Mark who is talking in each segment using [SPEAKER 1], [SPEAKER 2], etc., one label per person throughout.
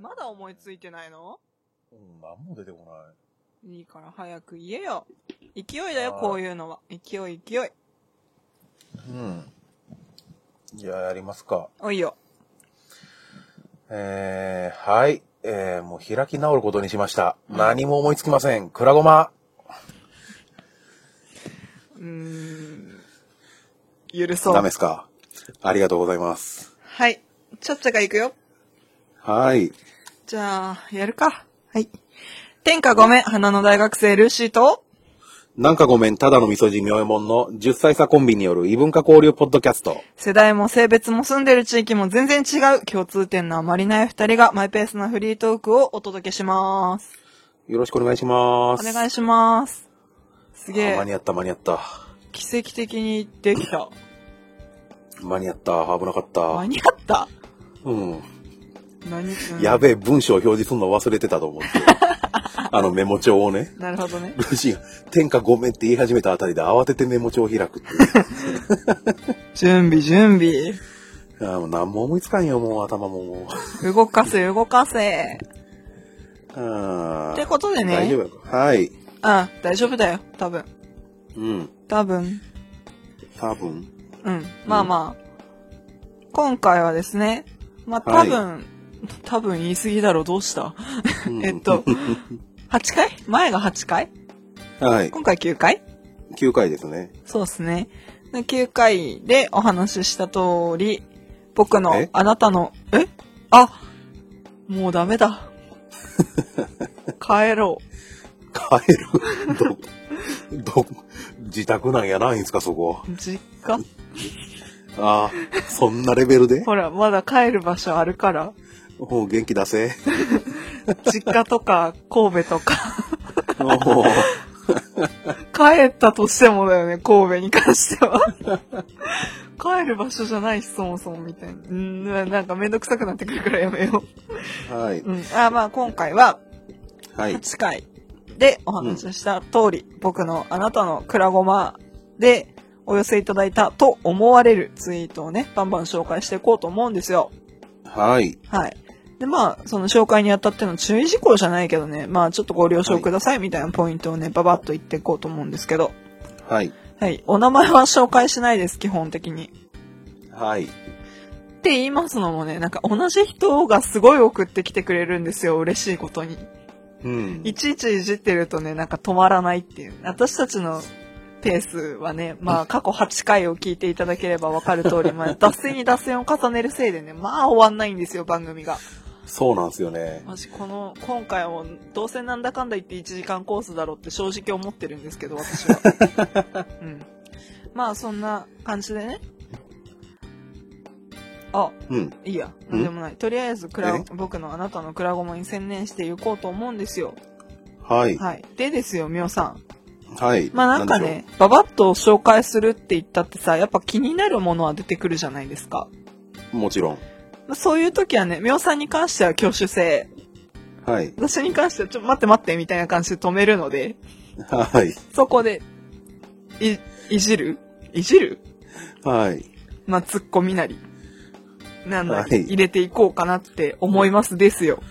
[SPEAKER 1] まだ思いついてないの
[SPEAKER 2] うん、何も出てこない。
[SPEAKER 1] いいから早く言えよ。勢いだよ、こういうのは。勢い、勢い。
[SPEAKER 2] うん。じゃあやりますか。
[SPEAKER 1] おいよ。
[SPEAKER 2] えー、はい。えー、もう開き直ることにしました。何も思いつきません。くらごま。
[SPEAKER 1] うーん。許そう。
[SPEAKER 2] ダメですかありがとうございます。
[SPEAKER 1] はい。ちゃっちゃが行くよ。
[SPEAKER 2] はい。
[SPEAKER 1] じゃあ、やるか。はい。天下ごめん、花の大学生ルーシーと、
[SPEAKER 2] なんかごめん、ただの味噌汁妙えもんの10歳差コンビによる異文化交流ポッドキャスト。
[SPEAKER 1] 世代も性別も住んでる地域も全然違う共通点のあまりない二人がマイペースなフリートークをお届けします。
[SPEAKER 2] よろしくお願いしま
[SPEAKER 1] お
[SPEAKER 2] す。
[SPEAKER 1] 願いします。すげ
[SPEAKER 2] あ間に
[SPEAKER 1] え、
[SPEAKER 2] 合った、間に合った。
[SPEAKER 1] 奇跡的にできた。
[SPEAKER 2] 間に合った、危なかった
[SPEAKER 1] 間。に合った
[SPEAKER 2] うん。
[SPEAKER 1] 何うん
[SPEAKER 2] やべえ、文章を表示するの忘れてたと思っ て。あのメモ帳をね。
[SPEAKER 1] なるほどね。
[SPEAKER 2] ルーシーが、天下ごめんって言い始めたあたりで慌ててメモ帳を開くっていう。
[SPEAKER 1] 準備、準備。
[SPEAKER 2] あーもう何も思いつかんよ、もう頭もも
[SPEAKER 1] 動かせ、動かせ。
[SPEAKER 2] う。あー
[SPEAKER 1] ってことでね
[SPEAKER 2] 大丈夫やはい。
[SPEAKER 1] あ、大丈夫だよ。多分。
[SPEAKER 2] うん。
[SPEAKER 1] 多分。
[SPEAKER 2] 多分。
[SPEAKER 1] うん。まあまあ。今回はですね、まあ多分、多分言い過ぎだろう。どうした
[SPEAKER 2] うん
[SPEAKER 1] え っと、8回前が8回
[SPEAKER 2] はい。
[SPEAKER 1] 今回9回
[SPEAKER 2] 9回ですね。
[SPEAKER 1] そうですね。で9回でお話しした通り、僕の
[SPEAKER 2] え、
[SPEAKER 1] あなたの、えあ、もうダメ だ。帰ろ
[SPEAKER 2] 帰る。 ど、ど、自宅なんやないんすか、そこ。
[SPEAKER 1] う。実家
[SPEAKER 2] ああ、そんなレベルで
[SPEAKER 1] ほら、まだ帰る場所あるから。
[SPEAKER 2] おう元気出せ。
[SPEAKER 1] 実家とか、神戸とか。
[SPEAKER 2] おう
[SPEAKER 1] 帰ったとしてもだよね、神戸に関しては。帰る場所じゃないし、そもそも、みたいな。うん、ななんかめんどくさくなってくるからやめよ。。
[SPEAKER 2] はいう
[SPEAKER 1] うん。あ、まあ今回は、
[SPEAKER 2] はい。
[SPEAKER 1] 8回でお話しした通り、僕のあなたのくらごまでお寄せいただいたと思われるツイートをね、バンバン紹介していこうと思うんですよ。
[SPEAKER 2] はい。
[SPEAKER 1] はい。で、まあ、その紹介にあたっての注意事項じゃないけどね、まあ、ちょっとご了承くださいみたいなポイントをね、ばばっと言っていこうと思うんですけど、
[SPEAKER 2] はい。
[SPEAKER 1] はい。お名前は紹介しないです、基本的に。
[SPEAKER 2] はい。
[SPEAKER 1] って言いますのもね、なんか同じ人がすごい送ってきてくれるんですよ、嬉しいことに。
[SPEAKER 2] うん。
[SPEAKER 1] いちいちいじってるとね、なんか止まらないっていう。私たちのペースはね、まあ過去8回を聞いていただければわかる通り、まあ脱線に脱線を重ねるせいでね、まあ終わんないんですよ、番組が。
[SPEAKER 2] そうなんですよね。
[SPEAKER 1] マジこの、今回もどうせなんだかんだ言って1時間コースだろうって正直思ってるんですけど、私は。 うん。まあそんな感じでね。あ、
[SPEAKER 2] うん。
[SPEAKER 1] いいや。
[SPEAKER 2] うん
[SPEAKER 1] なんでもない。とりあえず、クラ
[SPEAKER 2] え
[SPEAKER 1] 僕のあなたのクラゴマに専念していこうと思うんですよ。
[SPEAKER 2] はい。
[SPEAKER 1] はい。でですよ、みおさん。
[SPEAKER 2] はい。
[SPEAKER 1] まあなんかね、ババッと紹介するって言ったってさ、やっぱ気になるものは出てくるじゃないですか。
[SPEAKER 2] なんでしょう。もちろん。
[SPEAKER 1] まあそういう時はね、みおさんに関しては挙手制。
[SPEAKER 2] はい。
[SPEAKER 1] 私に関しては、ちょ、待って待って、みたいな感じで止めるので、
[SPEAKER 2] はい。
[SPEAKER 1] そこで、い、いじるいじる
[SPEAKER 2] はい。
[SPEAKER 1] まあ、ツッコミなり。なんだ、
[SPEAKER 2] はい
[SPEAKER 1] 入れていこうかなって思いますですよ。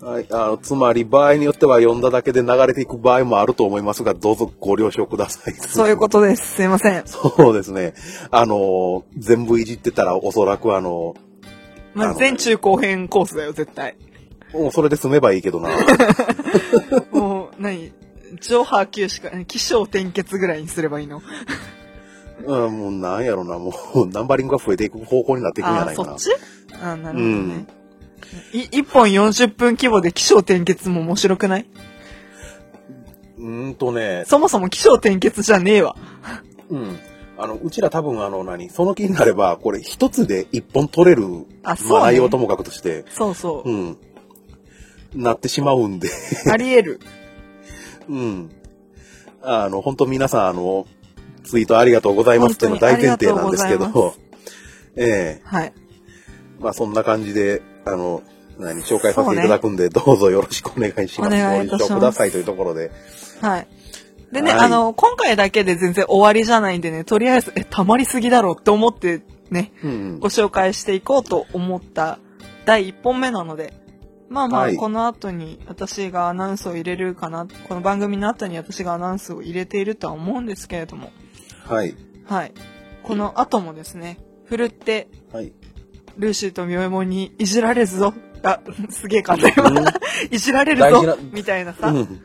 [SPEAKER 2] はい。あの、つまり、場合によっては読んだだけで流れていく場合もあると思いますが、どうぞご了承ください。
[SPEAKER 1] そういうことです。すいません。
[SPEAKER 2] そうですね。あの、全部いじってたら、おそらくあの、
[SPEAKER 1] ま
[SPEAKER 2] あ
[SPEAKER 1] あ、
[SPEAKER 2] の
[SPEAKER 1] 全中後編コースだよ、絶 対。
[SPEAKER 2] もうそれで済めばいいけどな。
[SPEAKER 1] もう、何上波級しか、起承転結ぐらいにすればいいの。
[SPEAKER 2] うん、もうなんやろな、もう、ナンバリングが増えていく方向になっていくんじゃ
[SPEAKER 1] あ
[SPEAKER 2] ない
[SPEAKER 1] そ
[SPEAKER 2] か
[SPEAKER 1] っ
[SPEAKER 2] な。
[SPEAKER 1] ちあーなるほどね。い一本40分規模で起承転結も面白くないう
[SPEAKER 2] ーんとね、
[SPEAKER 1] そもそも起承転結じゃねえわ。
[SPEAKER 2] うん。あの、うちら多分あの、何、その気になれば、これ一つで一本取れる、
[SPEAKER 1] あそうね
[SPEAKER 2] まあ内容ともかくとして、
[SPEAKER 1] そうそう
[SPEAKER 2] う。ん。なってしまうんで、
[SPEAKER 1] あり得る。
[SPEAKER 2] うん。あの、本当皆さん、あの、ツイートありがとうございますっていうの大前提なんですけ
[SPEAKER 1] 本当にありがとうご
[SPEAKER 2] ど、ええ
[SPEAKER 1] はい。
[SPEAKER 2] まあそんな感じで、あの、何、紹介させていただくんで、どうぞよろしくお願いします。
[SPEAKER 1] お願いいたします
[SPEAKER 2] ご了承くださいというところで。
[SPEAKER 1] はい。でね、
[SPEAKER 2] はい
[SPEAKER 1] あの、今回だけで全然終わりじゃないんでね、とりあえず、え、溜まりすぎだろうって思ってね、
[SPEAKER 2] うん
[SPEAKER 1] ご紹介していこうと思った第1本目なので、まあま
[SPEAKER 2] は
[SPEAKER 1] あ、
[SPEAKER 2] い
[SPEAKER 1] この後に私がアナウンスを入れるかな、この番組の後に私がアナウンスを入れているとは思うんですけれども、
[SPEAKER 2] はい。
[SPEAKER 1] はい。この後もですね、ふるって、
[SPEAKER 2] はい。
[SPEAKER 1] ルーシーとミョエモンにいじられずぞ。あ、すげえ簡単
[SPEAKER 2] うん
[SPEAKER 1] 今。 いじられる
[SPEAKER 2] 大事な
[SPEAKER 1] ぞ。みたいなさ、
[SPEAKER 2] うん。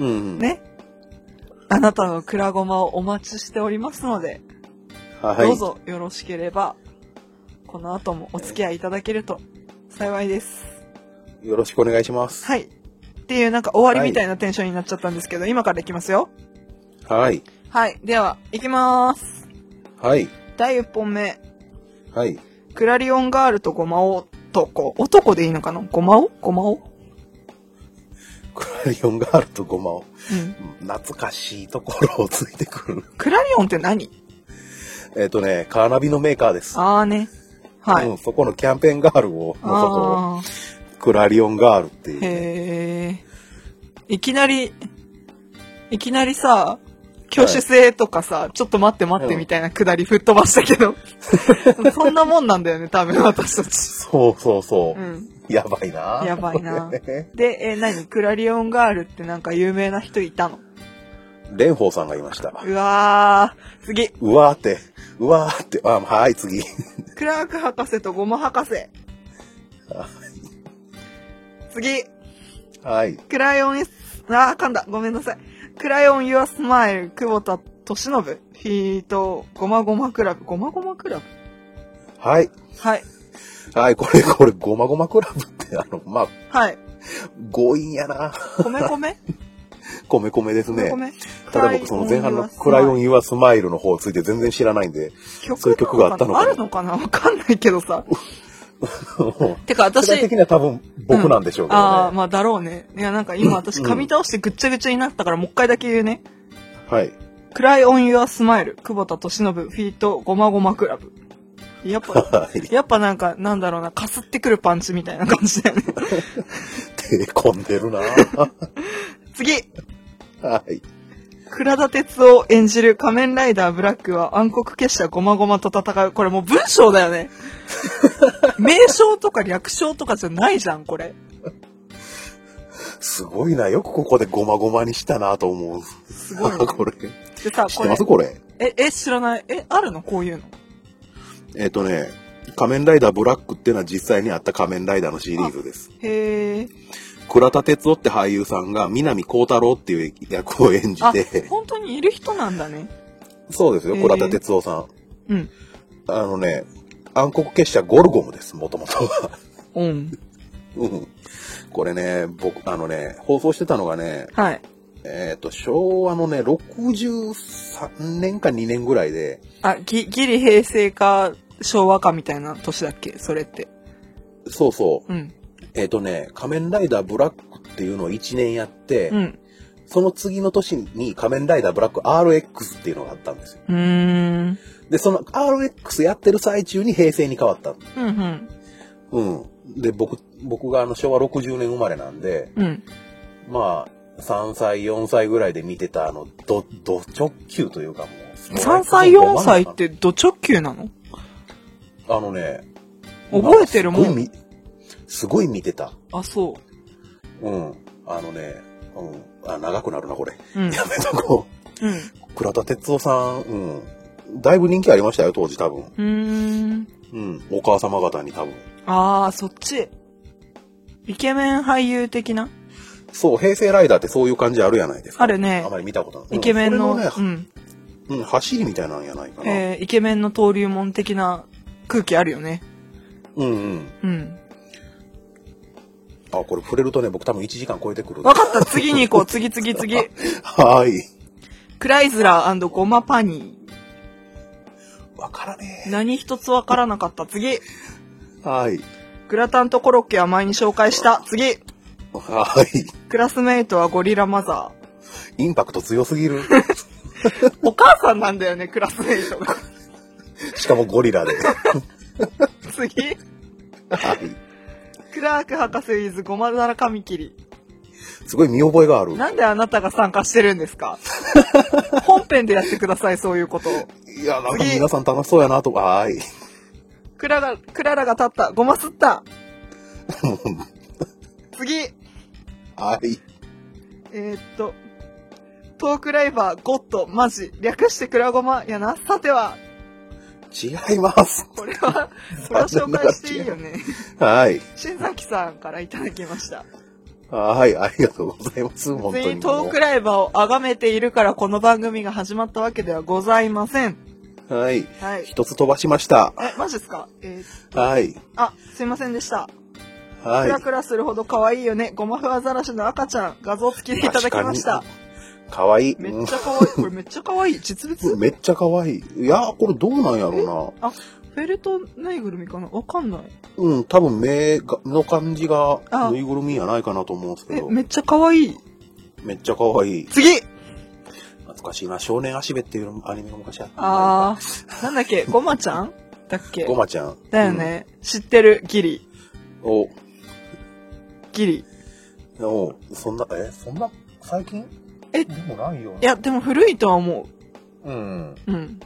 [SPEAKER 2] うん。
[SPEAKER 1] ね。あなたのクラゴマをお待ちしておりますので、
[SPEAKER 2] はい。
[SPEAKER 1] どう。ぞよろしければ、この後もお付き合いいただけると幸いです。
[SPEAKER 2] よろしくお願いします。
[SPEAKER 1] はい。っていうなんか終わりみたいなテンションになっちゃったんですけど、今からいきますよ。
[SPEAKER 2] はい。
[SPEAKER 1] はい。では、いきます。
[SPEAKER 2] はい。
[SPEAKER 1] 第1本目。
[SPEAKER 2] はい。
[SPEAKER 1] クラリオンガールとゴマ男。男でいいのかなゴマオゴマオ
[SPEAKER 2] クラリオンガールとゴマを。
[SPEAKER 1] うん。
[SPEAKER 2] 懐かしいところをついてくる。
[SPEAKER 1] クラリオンって何
[SPEAKER 2] えっ、とね、カーナビのメーカーです。
[SPEAKER 1] あーね。はい。
[SPEAKER 2] うん、そこのキャンペーンガールを、のことを、
[SPEAKER 1] あー
[SPEAKER 2] クラリオンガールっていうね、
[SPEAKER 1] へえ。いきなり、いきなりさ、挙手制とかさ、ちょっと待って待ってみたいなくだり吹っ飛ばした けど。そんなもんなんだよね、多分私たち。
[SPEAKER 2] そうそうそうう。
[SPEAKER 1] ん。
[SPEAKER 2] やばいな。
[SPEAKER 1] やば いな
[SPEAKER 2] ね
[SPEAKER 1] で、えー何クラリオンガールってなんか有名な人いたの
[SPEAKER 2] 蓮舫さんがいました。
[SPEAKER 1] うわー。次。
[SPEAKER 2] うわーって、うわーって、あ、はい、次。
[SPEAKER 1] クラーク博士とゴマ博士。次。
[SPEAKER 2] はい。
[SPEAKER 1] クライオンエス、あー、噛んだ。ごめんなさい。クライオンユアスマイル、久保田利信、フィート、ごまごまクラブ、ごまごまクラブ
[SPEAKER 2] はい。
[SPEAKER 1] はい。
[SPEAKER 2] はい、これ、これ、ごまごまクラブって、あの、まあ、
[SPEAKER 1] はい。
[SPEAKER 2] 強引やな。
[SPEAKER 1] 米
[SPEAKER 2] 米
[SPEAKER 1] 米
[SPEAKER 2] 米です
[SPEAKER 1] 米
[SPEAKER 2] ね。
[SPEAKER 1] 米。
[SPEAKER 2] ただ僕、その前半のクライオン・ユア・スマイルの方ついて全然知らないんで、 そういう曲があったのか
[SPEAKER 1] あ
[SPEAKER 2] な
[SPEAKER 1] るのかなわかんないけどさ。
[SPEAKER 2] 世
[SPEAKER 1] てか私、
[SPEAKER 2] 代的には多分僕なんでしょうけどね。
[SPEAKER 1] ああ、まあだろうね。いや、なんか今私
[SPEAKER 2] うん
[SPEAKER 1] 噛み倒してぐっちゃぐちゃになったから、もう一回だけ言うね。
[SPEAKER 2] はい。
[SPEAKER 1] クライオンユアスマイル、久保田利信、フィート、ごまごまクラブ。やっぱ、
[SPEAKER 2] はい。
[SPEAKER 1] やっぱなんか、なんだろうな、かすってくるパンチみたいな感じだよね。
[SPEAKER 2] 手込んでるな
[SPEAKER 1] 次
[SPEAKER 2] はい。
[SPEAKER 1] 倉田哲夫演じる仮面ライダーブラックは暗黒結社ゴマゴマと戦う。これもう文章だよ ね。名称とか略称とかじゃないじゃん、これ。
[SPEAKER 2] すごいな。よくここでごまごまにしたなと思う。
[SPEAKER 1] すごいね。
[SPEAKER 2] これ。知
[SPEAKER 1] でさ、
[SPEAKER 2] っ
[SPEAKER 1] こ
[SPEAKER 2] てま
[SPEAKER 1] れ
[SPEAKER 2] す、これ。
[SPEAKER 1] え、え、知らない。え、あるのこういうの。
[SPEAKER 2] えっ、とね、仮面ライダーブラックっていうのは実際にあった仮面ライダーのシリーズです。
[SPEAKER 1] へえ。
[SPEAKER 2] 倉田哲夫って俳優さんが南光太郎っていう役を演じ
[SPEAKER 1] あ
[SPEAKER 2] て、、
[SPEAKER 1] 本当にいる人なんだね。
[SPEAKER 2] そうですよ、
[SPEAKER 1] へー
[SPEAKER 2] 倉田哲夫さん。
[SPEAKER 1] うん。
[SPEAKER 2] あのね、暗黒結社ゴルゴムです、もともとは。
[SPEAKER 1] うん。
[SPEAKER 2] うん。これね、僕、あのね、放送してたのがね、
[SPEAKER 1] はい。
[SPEAKER 2] えっ、と、昭和のね、63年か2年ぐらいで、
[SPEAKER 1] あ、ぎ、ギリ平成か昭和かみたいな年だっけそれって。
[SPEAKER 2] そうそう、
[SPEAKER 1] うん。
[SPEAKER 2] えっ、とね、仮面ライダーブラックっていうのを1年やって、
[SPEAKER 1] うん。
[SPEAKER 2] その次の年に仮面ライダーブラック RX っていうのがあったんですよ。
[SPEAKER 1] うーん。
[SPEAKER 2] で、その RX やってる最中に平成に変わった。
[SPEAKER 1] うん、
[SPEAKER 2] う
[SPEAKER 1] うん。
[SPEAKER 2] ん。で、僕、僕があの昭和60年生まれなんで、
[SPEAKER 1] うん。
[SPEAKER 2] まあ、3歳、4歳ぐらいで見てた、あの、ど、ど直球というかもう。
[SPEAKER 1] 3歳4歳ってド直球なの
[SPEAKER 2] あのね、
[SPEAKER 1] 覚えてるもん
[SPEAKER 2] なんかすごい見すごい見てた。
[SPEAKER 1] あ、そ
[SPEAKER 2] うん。あのね、うん。あ、長くなるな、これ。
[SPEAKER 1] う。うん。
[SPEAKER 2] やめとこ
[SPEAKER 1] うん。
[SPEAKER 2] う。倉田哲夫さん、うん。だいぶ人気ありましたよ、当時多分。
[SPEAKER 1] うーん。
[SPEAKER 2] うん。お母様方に多分。
[SPEAKER 1] ああ、そっち。イケメン俳優的な
[SPEAKER 2] そう、平成ライダーってそういう感じあるやないですか。
[SPEAKER 1] あるね
[SPEAKER 2] あまり見たことない。
[SPEAKER 1] イケメンの、
[SPEAKER 2] うんそれ
[SPEAKER 1] う
[SPEAKER 2] ね
[SPEAKER 1] ん。
[SPEAKER 2] うん、走りみたいなんやないかな。
[SPEAKER 1] えーイケメンの登竜門的な空気あるよね。
[SPEAKER 2] うんうん。
[SPEAKER 1] うん。
[SPEAKER 2] あ、これ触れるとね、僕多分1時間超えてくる。
[SPEAKER 1] わかった次に行 こう 次次次。
[SPEAKER 2] はーい。
[SPEAKER 1] クライズラーゴマパニ
[SPEAKER 2] わからね
[SPEAKER 1] ー。何一つわからなかった。次。
[SPEAKER 2] え。はい。
[SPEAKER 1] グラタンとコロッケは前に紹介した。次。
[SPEAKER 2] はい。
[SPEAKER 1] クラスメイトはゴリラマザ
[SPEAKER 2] インパクト強すぎる。
[SPEAKER 1] ー。お母さんなんだよね、クラスメイトが。
[SPEAKER 2] しかもゴリラで。
[SPEAKER 1] 次。
[SPEAKER 2] はい。
[SPEAKER 1] クラーク博士 with ゴマダラカミキリ。
[SPEAKER 2] すごい見覚えがある。
[SPEAKER 1] なんであなたが参加してるんで すか本編でやってください、そういうことを。
[SPEAKER 2] いや、なんか皆さん楽しそうやなと。はーい。
[SPEAKER 1] クラが、クララが立った、ゴマ吸った。次
[SPEAKER 2] はい。
[SPEAKER 1] えーっと、トークライバー、ゴッド、マジ、略してクラゴマやな。さては、
[SPEAKER 2] 違います。
[SPEAKER 1] これは、 これは紹介していいよね。
[SPEAKER 2] はい。
[SPEAKER 1] 新崎さんからいただきました。
[SPEAKER 2] はい、ありがとうございます。本当
[SPEAKER 1] 全
[SPEAKER 2] に
[SPEAKER 1] 員ト
[SPEAKER 2] も
[SPEAKER 1] ークライバーを崇めているからこの番組が始まったわけではございません。
[SPEAKER 2] う。はい。
[SPEAKER 1] は い。
[SPEAKER 2] 一つ飛ばしました。
[SPEAKER 1] え、マジですかえー
[SPEAKER 2] はい。
[SPEAKER 1] あ、すいませんでした。
[SPEAKER 2] は
[SPEAKER 1] ク
[SPEAKER 2] い。
[SPEAKER 1] ラクラするほど可愛いよね。ゴマフアザラシの赤ちゃん、画像付きでいただきました
[SPEAKER 2] 確。かわいい。
[SPEAKER 1] め
[SPEAKER 2] う
[SPEAKER 1] っ
[SPEAKER 2] ん
[SPEAKER 1] ちゃ可愛い。これめっちゃ可愛い。実物
[SPEAKER 2] めっちゃかわいい。いや、これどうなんやろ
[SPEAKER 1] フェルトぬいぐるみかなわかんない。
[SPEAKER 2] うな。うん、多分目がの感じが
[SPEAKER 1] あ
[SPEAKER 2] ぬいぐるみやないかなと思うんですけ
[SPEAKER 1] え、
[SPEAKER 2] ど、
[SPEAKER 1] めっちゃ可愛い。
[SPEAKER 2] めっちゃかわいい。
[SPEAKER 1] 次
[SPEAKER 2] 懐かしいな。少年足部っていうアニメが昔あった。
[SPEAKER 1] あー、なんだっけ、ゴマちゃんだっけ
[SPEAKER 2] ごまちゃん。
[SPEAKER 1] だよね。知ってる、ギリ。
[SPEAKER 2] うん。お、
[SPEAKER 1] ギリ。
[SPEAKER 2] おそんな、え、そんな、最近
[SPEAKER 1] え
[SPEAKER 2] でもないよ
[SPEAKER 1] いや、でも古いとは思
[SPEAKER 2] うん。
[SPEAKER 1] う。うん。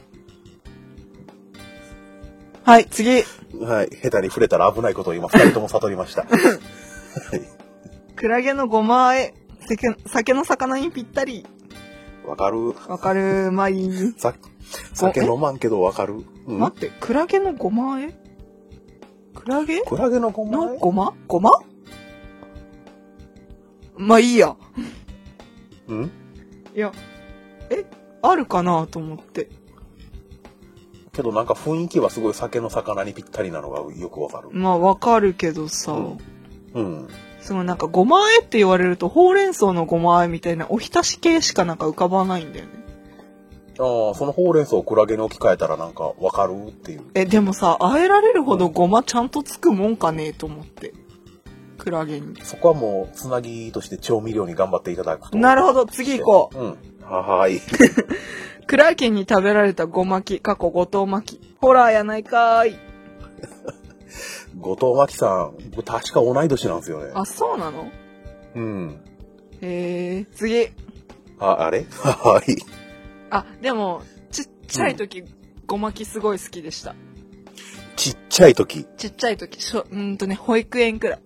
[SPEAKER 1] はい、次。
[SPEAKER 2] はい。下手に触れたら危ないことを今、二人とも悟りました。
[SPEAKER 1] クラゲのゴマあえ。酒酒の魚にぴったり。
[SPEAKER 2] わかる。
[SPEAKER 1] わかる、まい。
[SPEAKER 2] さ酒飲まんけどわかる。うん
[SPEAKER 1] 待って、クラゲのゴマあえクラゲ
[SPEAKER 2] クラゲのごま
[SPEAKER 1] のゴマゴマまあいいや。
[SPEAKER 2] うん
[SPEAKER 1] いや、え、あるかなと思って。
[SPEAKER 2] けどなんか雰囲気はすごい酒の魚にぴったりなのがよくわかる。
[SPEAKER 1] まあわかるけどさ、
[SPEAKER 2] うんうん。
[SPEAKER 1] すごいなんかごまあえって言われるとほうれん草のごまあえみたいなおひたし系しかなんか浮かばないんだよね。
[SPEAKER 2] ああ、そのほうれん草をクラゲに置き換えたらなんかわかるっていう。
[SPEAKER 1] え、でもさ、あえられるほどごまちゃんとつくもんかねえと思って。クラゲに。
[SPEAKER 2] そこはもう、つなぎとして調味料に頑張っていただくと。
[SPEAKER 1] なるほど、次行こ
[SPEAKER 2] う。うん。ははーい。
[SPEAKER 1] う。クラゲに食べられたごまき、過去ごと巻き。ホラーやないかーい。
[SPEAKER 2] 後藤真希さん、僕確か同い年なんですよね。
[SPEAKER 1] あ、そうなの
[SPEAKER 2] うん。
[SPEAKER 1] へえ、次。
[SPEAKER 2] あ、あれ ははーい。
[SPEAKER 1] あ、でも、ちっちゃい時、ごまきすごい好きでした。
[SPEAKER 2] ちっちゃい時。
[SPEAKER 1] ちっちゃい時、しょ、うーんとね、保育園くらい。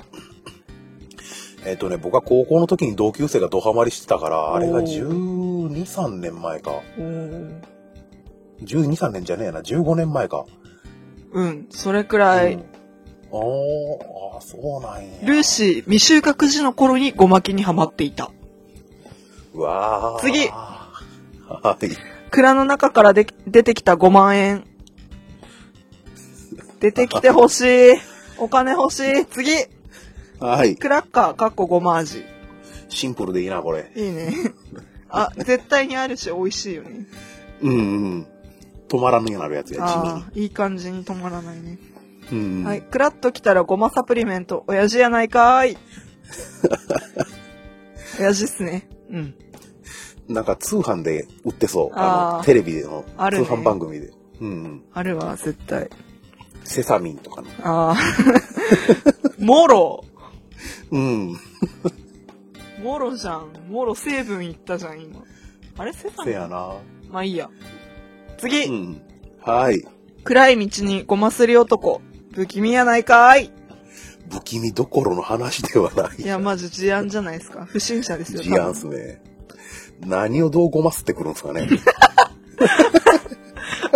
[SPEAKER 2] えっ、とね、僕は高校の時に同級生がドハマりしてたから、あれが
[SPEAKER 1] お
[SPEAKER 2] 12、3年前か。
[SPEAKER 1] うん。
[SPEAKER 2] 12、3年じゃねえな、15年前か。
[SPEAKER 1] うん、それくらい。
[SPEAKER 2] うんおーあー、そうなんや。
[SPEAKER 1] ルーシー、未就学児の頃にごまきにはまっていた。
[SPEAKER 2] うわー
[SPEAKER 1] 次
[SPEAKER 2] はい。
[SPEAKER 1] 蔵の中からでき出てきた5万円。出てきてほしい。お金欲しい。次。
[SPEAKER 2] はい。
[SPEAKER 1] クラッカー、かっこごま味。
[SPEAKER 2] シンプルでいいな、これ。
[SPEAKER 1] いいね。あ、絶対にあるし、美味しいよね。
[SPEAKER 2] うんうん。止まらぬようになるやつや、
[SPEAKER 1] ああ、いい感じに止まらないね。
[SPEAKER 2] 地味に。うん。
[SPEAKER 1] はい。クラッときたらごまサプリメント、親父やないか ーい。親父っすね。うん。
[SPEAKER 2] なんか通販で売ってそう。
[SPEAKER 1] あー
[SPEAKER 2] あの、テレビでの
[SPEAKER 1] あるね
[SPEAKER 2] 通販番組で。うんうん。
[SPEAKER 1] あるわ、絶対。
[SPEAKER 2] セサミンとかの。
[SPEAKER 1] ああ。 もろ。
[SPEAKER 2] うん。
[SPEAKER 1] もろじゃん。もろ成分いったじゃん、今。あれセサ
[SPEAKER 2] せ
[SPEAKER 1] ミン
[SPEAKER 2] やな。
[SPEAKER 1] まあいいや。次、
[SPEAKER 2] うん。はい。
[SPEAKER 1] 暗い道にごますり男。不気味やないかーい。
[SPEAKER 2] 不気味どころの話ではない。
[SPEAKER 1] いや、マジ事案じゃないですか。不審者ですよ。
[SPEAKER 2] 事案っすね。何をどうごますってくるんですかね。
[SPEAKER 1] 多分。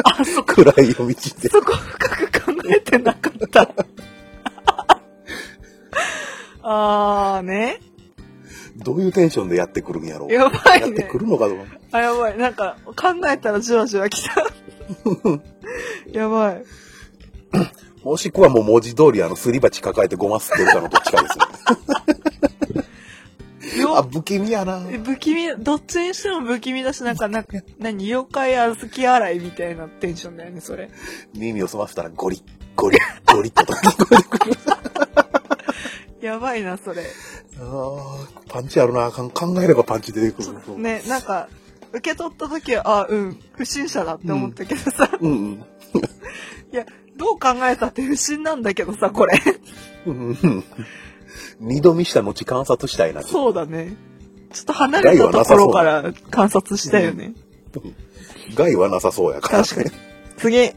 [SPEAKER 1] あ、そこ、
[SPEAKER 2] 暗い夜道で。
[SPEAKER 1] そこ深く考えてなか った。あーね。
[SPEAKER 2] どういうテンションでやってくるんやろう。
[SPEAKER 1] やば
[SPEAKER 2] や
[SPEAKER 1] い
[SPEAKER 2] って
[SPEAKER 1] ね
[SPEAKER 2] く。るのかどうか。
[SPEAKER 1] あ、やばい。なんか、考えたらじわじ わ来た。やばい。
[SPEAKER 2] もしくはもう文字通りあのすり鉢抱えてごますってるかのどっちかですね。あ、
[SPEAKER 1] よ
[SPEAKER 2] 不気味やな。
[SPEAKER 1] え不気味、どっちにしても不気味だし、なんか、なんか、何、妖怪あずき洗いみたいなテンションだよね、それ。
[SPEAKER 2] 耳を澄ませたらゴリッ、ゴリッ、ゴリッと。
[SPEAKER 1] やばいな、それ。
[SPEAKER 2] あーパンチあるな。かん考えればパンチ出てくる。
[SPEAKER 1] ね、なんか、受け取った時は、あ、うん、不審者だって思ったけどさ、
[SPEAKER 2] うんうん。
[SPEAKER 1] いや、どう考えたって不審なんだけどさ、これ。
[SPEAKER 2] うんうん。二度見した後観察したいな。
[SPEAKER 1] そうだね。ちょっと離れたところから観察したよね。
[SPEAKER 2] 害はなさそうやから。
[SPEAKER 1] 確 かに。次、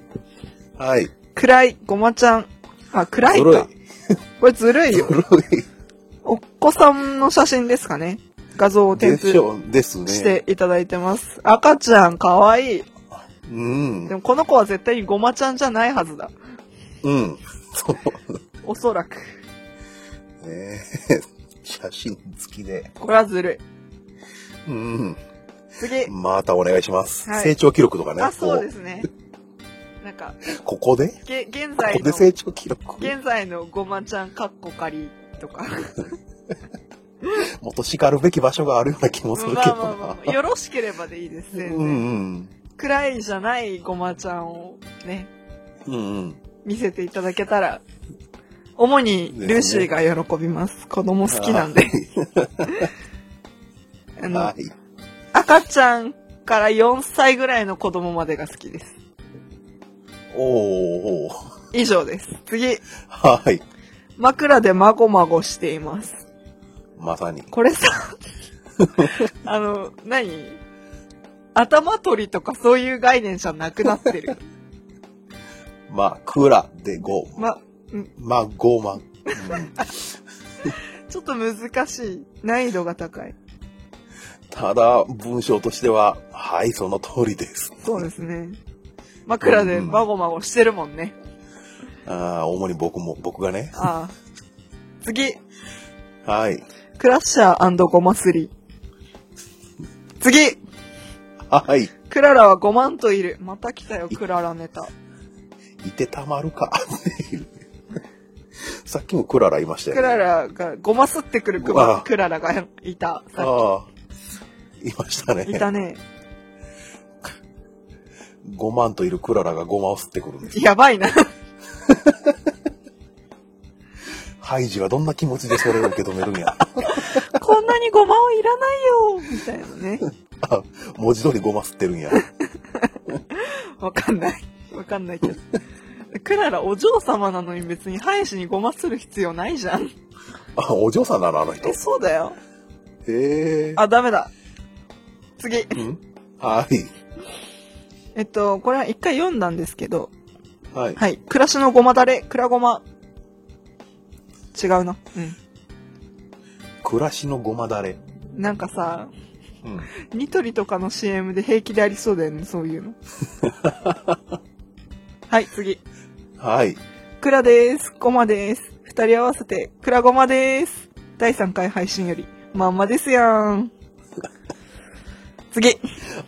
[SPEAKER 2] はい。
[SPEAKER 1] 暗い、ごまちゃん。あ、暗
[SPEAKER 2] ず
[SPEAKER 1] い
[SPEAKER 2] るい
[SPEAKER 1] か。。これずるい
[SPEAKER 2] ず
[SPEAKER 1] よ。
[SPEAKER 2] るい。
[SPEAKER 1] お子さんの写真ですかね。画像を添
[SPEAKER 2] で
[SPEAKER 1] 付
[SPEAKER 2] しょうですね。
[SPEAKER 1] していただいてます。赤ちゃん、かわいい。
[SPEAKER 2] うん
[SPEAKER 1] で。もこの子は絶対にごまちゃんじゃないはずだ。
[SPEAKER 2] うん。そう。
[SPEAKER 1] おそらく。
[SPEAKER 2] ね 写真付きで。
[SPEAKER 1] これはずる
[SPEAKER 2] うん。
[SPEAKER 1] い。次。
[SPEAKER 2] またお願いします。
[SPEAKER 1] はい
[SPEAKER 2] 成長記録とかね。。
[SPEAKER 1] あ、そうですすね。なんか、
[SPEAKER 2] ここで
[SPEAKER 1] げ、現
[SPEAKER 2] こ
[SPEAKER 1] 在
[SPEAKER 2] こで
[SPEAKER 1] の、
[SPEAKER 2] 成長記録。
[SPEAKER 1] 現在のごまちゃん、かっこかりとか。
[SPEAKER 2] もっと叱るべき場所があるような気もする
[SPEAKER 1] ま
[SPEAKER 2] け
[SPEAKER 1] あ
[SPEAKER 2] ど
[SPEAKER 1] まあまあまあ、
[SPEAKER 2] な。
[SPEAKER 1] よろしければでいいです、
[SPEAKER 2] う
[SPEAKER 1] 全
[SPEAKER 2] んう
[SPEAKER 1] 然。
[SPEAKER 2] ん。
[SPEAKER 1] 暗いじゃないごまちゃんをね、
[SPEAKER 2] うんうん。
[SPEAKER 1] 見せていただけたら、主にルーシーが喜びます。子供好きなんで。あの
[SPEAKER 2] は、い。
[SPEAKER 1] 赤ちゃんから4歳ぐらいの子供までが好きです。
[SPEAKER 2] おー。
[SPEAKER 1] 以上です。次、
[SPEAKER 2] はい。
[SPEAKER 1] 枕でまごまごしています。
[SPEAKER 2] まさに。
[SPEAKER 1] これさ、あの、何頭取りとかそういう概念じゃなくなってる。
[SPEAKER 2] まあ、クラでご。
[SPEAKER 1] ま、
[SPEAKER 2] まあ、ごま。うん
[SPEAKER 1] ちょっと難しい。難易度が高い。
[SPEAKER 2] ただ、文章としては、はい、その通りです。
[SPEAKER 1] そうですね。枕でまごまごしてるもんね。
[SPEAKER 2] ああ、主に僕も、僕がね。
[SPEAKER 1] ああ。次、
[SPEAKER 2] はい。
[SPEAKER 1] クラッシャーゴマスリ。次、
[SPEAKER 2] はい。
[SPEAKER 1] クララは5万といる。また来たよ、クララネタ。
[SPEAKER 2] いてたまるか。 さっきもクララいましたよ、
[SPEAKER 1] ク
[SPEAKER 2] ね。
[SPEAKER 1] ララが、ごますってくるク
[SPEAKER 2] う
[SPEAKER 1] マ
[SPEAKER 2] わ
[SPEAKER 1] クララがいた。さ
[SPEAKER 2] ああ。いましたね
[SPEAKER 1] っき。いたね。
[SPEAKER 2] 5万といるクララがゴマを吸ってくるんです。
[SPEAKER 1] やばいな。
[SPEAKER 2] ハイジはどんな気持ちでそれを受け止めるん や。
[SPEAKER 1] こんなにごまをいらないよみたいなね。
[SPEAKER 2] あ文字通りゴマ吸ってるんや。
[SPEAKER 1] わかんない。わかんないけど。クララお嬢様なのに別にハイジにごまする必要ないじゃん。
[SPEAKER 2] あ、お嬢さんなの、あの人。
[SPEAKER 1] え、
[SPEAKER 2] へ
[SPEAKER 1] そうだよ。
[SPEAKER 2] え。
[SPEAKER 1] あ、ダメだ。次。
[SPEAKER 2] うんはい。
[SPEAKER 1] えっと、これは一回読んだんですけど、
[SPEAKER 2] はい。
[SPEAKER 1] はい。暮らしのごまだれ、くらごま。違うな。う
[SPEAKER 2] 暮らしのゴマだれ。
[SPEAKER 1] ん。なんかさ、
[SPEAKER 2] うん。
[SPEAKER 1] ニトリとかの CM で平気でありそうだよね、そう いうの。はい、次。
[SPEAKER 2] はい。
[SPEAKER 1] くらです。ごまです。二人合わせて、くらごまです。第3回配信より、まんまですや ん。次。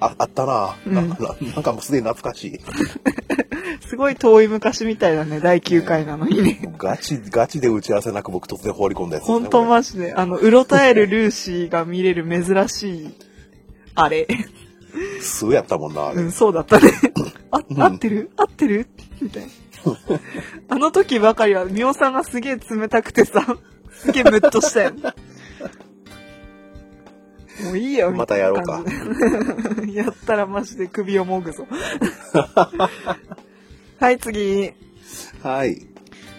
[SPEAKER 2] あ、あったな,、
[SPEAKER 1] うん
[SPEAKER 2] なな。なんかもうすでに懐かしい。
[SPEAKER 1] すごい遠い昔みたいだね、第9回なのにね。
[SPEAKER 2] ガチ、ガチで打ち合わせなく僕突然放り込んだやつですね、
[SPEAKER 1] ほんと
[SPEAKER 2] こ
[SPEAKER 1] マジで、あの、うろたえるルーシーが見れる珍しい、あれ。
[SPEAKER 2] れ。素やったもんな、あれ。
[SPEAKER 1] うん、そうだった ね。あ
[SPEAKER 2] うん
[SPEAKER 1] 合ってる合ってる みたいな。あの時ばかりは、ミオさんがすげえ冷たくてさ、すげえムッとしたよ。もういいよ、み
[SPEAKER 2] ま
[SPEAKER 1] た
[SPEAKER 2] た
[SPEAKER 1] い
[SPEAKER 2] やろ
[SPEAKER 1] な
[SPEAKER 2] うか
[SPEAKER 1] 感。じで。や ったらマジで首をも ぐぞ。はい、次。
[SPEAKER 2] はい。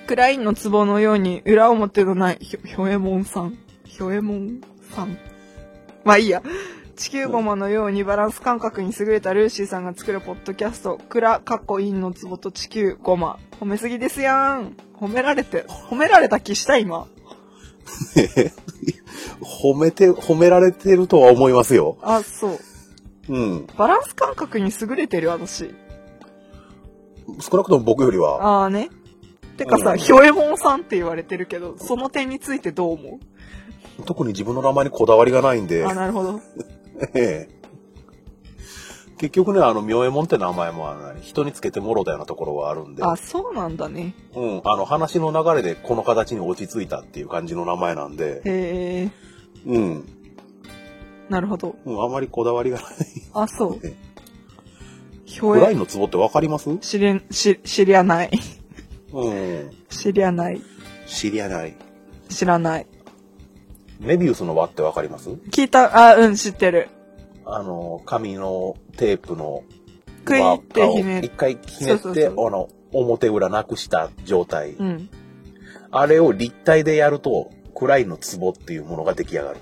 [SPEAKER 1] クラインの壺のように裏表のないひょ、ひょえもんさん。ひょえもんさん。まあいいや。地球ゴマのようにバランス感覚に優れたルーシーさんが作るポッドキャスト、クラ、カッコインの壺と地球ゴマ。褒めすぎですやん。褒められて、褒められた気した今。
[SPEAKER 2] 褒めて、褒められてるとは思いますよ。
[SPEAKER 1] あ、そう。
[SPEAKER 2] うん。
[SPEAKER 1] バランス感覚に優れてる私。
[SPEAKER 2] 少なくとも僕よりは、
[SPEAKER 1] あーね。てかさ、
[SPEAKER 2] うん
[SPEAKER 1] ひょえもんさんって言われてるけど、その点についてどう思
[SPEAKER 2] 特に自分の名前にこだわりがないん
[SPEAKER 1] う
[SPEAKER 2] で
[SPEAKER 1] あ、、なるほど。
[SPEAKER 2] ええ結局ね、あの、明右衛門って名前もあの人につけてもろたようなところはあるんで、
[SPEAKER 1] あ、そうなんだね。
[SPEAKER 2] うん、あの、話の流れでこの形に落ち着いたっていう感じの名前なんで、
[SPEAKER 1] へえ、
[SPEAKER 2] うん、
[SPEAKER 1] なるほど。
[SPEAKER 2] うん、あまりこだわりがない。
[SPEAKER 1] あ、そう。ひょ
[SPEAKER 2] ブライ
[SPEAKER 1] え、
[SPEAKER 2] ンの壺ってわかりますう
[SPEAKER 1] 知りん、し、知りゃない。
[SPEAKER 2] ん、
[SPEAKER 1] 知りゃない。
[SPEAKER 2] 知り合いない。
[SPEAKER 1] 知らない。
[SPEAKER 2] メビウスの輪ってわかります
[SPEAKER 1] 聞いた、あ、うん、知ってる。
[SPEAKER 2] あの、紙のテープの
[SPEAKER 1] クイって
[SPEAKER 2] 輪っか
[SPEAKER 1] ひ
[SPEAKER 2] を
[SPEAKER 1] ね
[SPEAKER 2] 一
[SPEAKER 1] る。
[SPEAKER 2] 回ひねって、
[SPEAKER 1] そうそうそう
[SPEAKER 2] あの、表裏なくした状態。
[SPEAKER 1] うん。
[SPEAKER 2] あれを立体でやると、クラインの壺っていうものが出来上がる。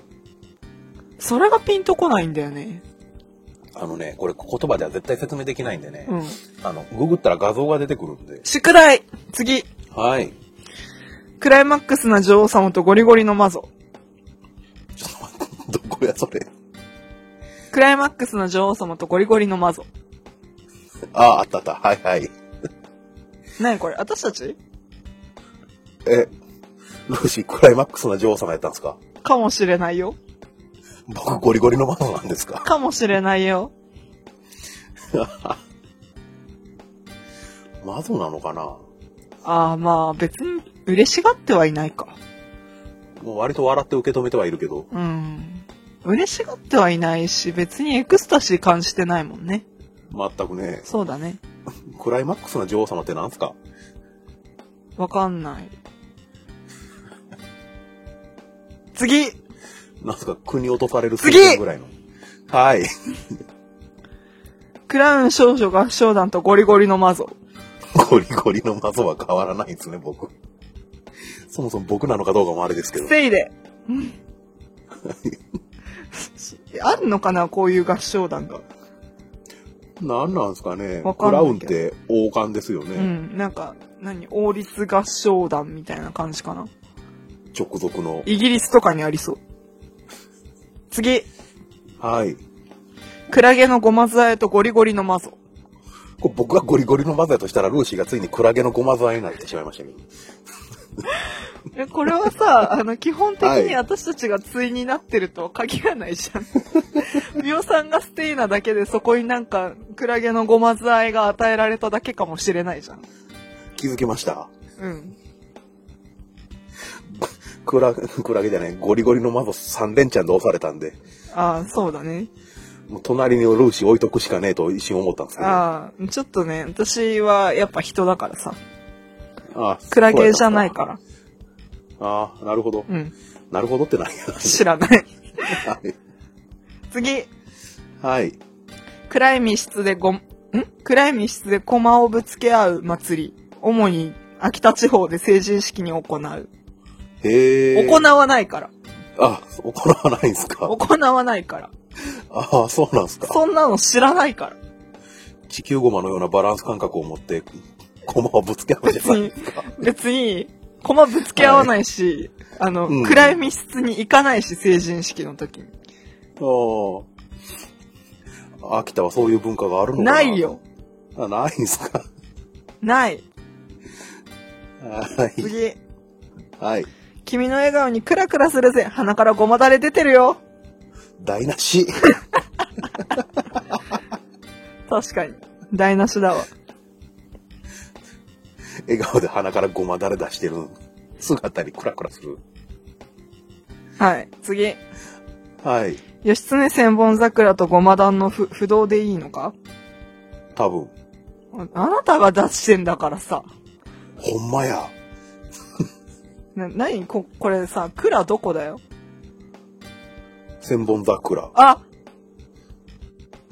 [SPEAKER 1] それがピンとこないんだよね。
[SPEAKER 2] あのね、これ言葉では絶対説明できないんでね、
[SPEAKER 1] うん。
[SPEAKER 2] あの、ググったら画像が出てくるんで。
[SPEAKER 1] 宿題次
[SPEAKER 2] はい。
[SPEAKER 1] クライマックスな女王様とゴリゴリの魔女。
[SPEAKER 2] どこや、それ。
[SPEAKER 1] クライマックスの女王様とゴリゴリの魔女。
[SPEAKER 2] ああ、あったあった。はいはい。
[SPEAKER 1] 何これ私たち
[SPEAKER 2] え、ルーシー、クライマックスの女王様やったんですか
[SPEAKER 1] かもしれないよ。
[SPEAKER 2] 僕、ゴリゴリの魔女なんですか
[SPEAKER 1] かもしれないよ。
[SPEAKER 2] 魔女なのかな
[SPEAKER 1] ああ、まあ別に嬉しがってはいないか。
[SPEAKER 2] もう割と笑って受け止めてはいるけど。
[SPEAKER 1] うん。嬉しがってはいないし、別にエクスタシー感じてないもんね。
[SPEAKER 2] 全くね、
[SPEAKER 1] そうだね。
[SPEAKER 2] クライマックスの女王様ってなんすか
[SPEAKER 1] わかんない。次
[SPEAKER 2] なんすか国落とされる
[SPEAKER 1] 次
[SPEAKER 2] ぐらいの。はい。
[SPEAKER 1] クラウン少女合唱団とゴリゴリの魔女。
[SPEAKER 2] ゴリゴリの魔女は変わらないですね、僕。そもそも僕なのかどうかもあれですけど。
[SPEAKER 1] せいで。 あるのかなこういう合唱団が。
[SPEAKER 2] なんなんですかね
[SPEAKER 1] わ。か
[SPEAKER 2] ク
[SPEAKER 1] ん
[SPEAKER 2] ラ
[SPEAKER 1] な
[SPEAKER 2] ウンっ
[SPEAKER 1] いけど
[SPEAKER 2] て王冠ですよね。
[SPEAKER 1] うん。なんか、何王立合唱団みたいな感じかな。
[SPEAKER 2] 直属の。
[SPEAKER 1] イギリスとかにありそう。次。
[SPEAKER 2] はい。
[SPEAKER 1] クラゲのゴマズアエとゴリゴリの魔女。
[SPEAKER 2] これ僕がゴリゴリのマザーとしたら、ルーシーがついにクラゲのゴマザーになってしまいましたけど。
[SPEAKER 1] えこれは さ、あの、基本的
[SPEAKER 2] はい
[SPEAKER 1] に私たちが対になってるとは限らないじゃん。 ミオさんがステイなだけでそこになんか、クラゲのゴマズアエが与えられただけかもしれないじゃん。
[SPEAKER 2] 気づきました
[SPEAKER 1] うん。
[SPEAKER 2] クラ、 クラゲじゃない、ゴリゴリのマザー3連チャンで押されたんで、
[SPEAKER 1] ああ、そうだね。
[SPEAKER 2] もう隣にルーシー置いとくしかねえと一瞬思ったんですけど。
[SPEAKER 1] ああ、ちょっとね、私はやっぱ人だからさ。
[SPEAKER 2] あ
[SPEAKER 1] クラゲじゃない
[SPEAKER 2] ら。
[SPEAKER 1] から。
[SPEAKER 2] ああ、なるほど。
[SPEAKER 1] うん。
[SPEAKER 2] なるほどってない
[SPEAKER 1] 知らない。
[SPEAKER 2] や。はい
[SPEAKER 1] 次。
[SPEAKER 2] はい。
[SPEAKER 1] 暗い密室でご、ん暗い密室で駒をぶつけ合う祭り。主に秋田地方で成人式に行う。
[SPEAKER 2] へえ。
[SPEAKER 1] 行わないから。
[SPEAKER 2] あ、行わないんすか。
[SPEAKER 1] 行わないから。
[SPEAKER 2] ああ、そうなんすか。
[SPEAKER 1] そんなの知らないから。
[SPEAKER 2] 地球ゴマのようなバランス感覚を持って、駒をぶつけ合うじゃ
[SPEAKER 1] 別
[SPEAKER 2] ない
[SPEAKER 1] に、別に、駒ぶつけ合わないし、あの、
[SPEAKER 2] うん
[SPEAKER 1] 暗い密室に行かないし、成人式の時に。
[SPEAKER 2] おー秋田はそういう文化があるのかな
[SPEAKER 1] ないよ。。
[SPEAKER 2] あないんすか。
[SPEAKER 1] ない。
[SPEAKER 2] はい。
[SPEAKER 1] 次。
[SPEAKER 2] はい。
[SPEAKER 1] 君の笑顔にクラクラするぜ。鼻からごまだれ出てるよ。
[SPEAKER 2] 台無し。
[SPEAKER 1] 確かに。台無しだわ。
[SPEAKER 2] 笑顔で鼻からごまだれ出してる姿にクラクラする。
[SPEAKER 1] はい。次。
[SPEAKER 2] はい。
[SPEAKER 1] 義経千本桜とごま団の不不動でいいのか
[SPEAKER 2] 多分。
[SPEAKER 1] ああなたが出してんだからさ。
[SPEAKER 2] ほんまや。
[SPEAKER 1] な、なにこ、これさ、蔵どこだよ
[SPEAKER 2] 千本桜。
[SPEAKER 1] あ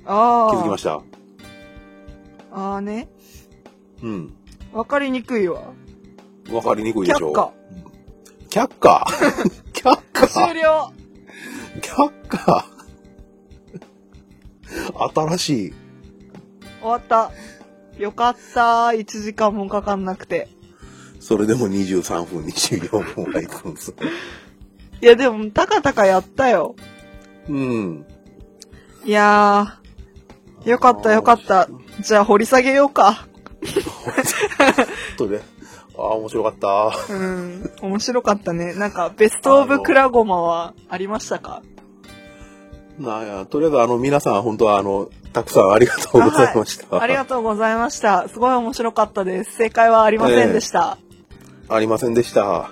[SPEAKER 1] ああ。
[SPEAKER 2] 気づきました。
[SPEAKER 1] ああね。
[SPEAKER 2] うん。
[SPEAKER 1] わかりにくいわ。
[SPEAKER 2] わかりにくいでしょ。
[SPEAKER 1] 却下。
[SPEAKER 2] 却下。 却下
[SPEAKER 1] 終。了
[SPEAKER 2] 却下。新しい。
[SPEAKER 1] 終わった。よかった。1時間もかかんなくて。
[SPEAKER 2] それでも23分、24分はいくんです。
[SPEAKER 1] いや、でも、たかたかやったよ。
[SPEAKER 2] うん。
[SPEAKER 1] いやー。よかった、よかった。じゃあ、掘り下げようか。
[SPEAKER 2] とね。ああ、面白かった。
[SPEAKER 1] うん。面白かったね。なんか、ベストオブクラゴマはありましたか
[SPEAKER 2] なんや、とりあえずあの、皆さん本当はあの、たくさんありがとうございました。
[SPEAKER 1] ありがとうございました。すごい面白かったです。正解はありませんでした。
[SPEAKER 2] ありませんでした。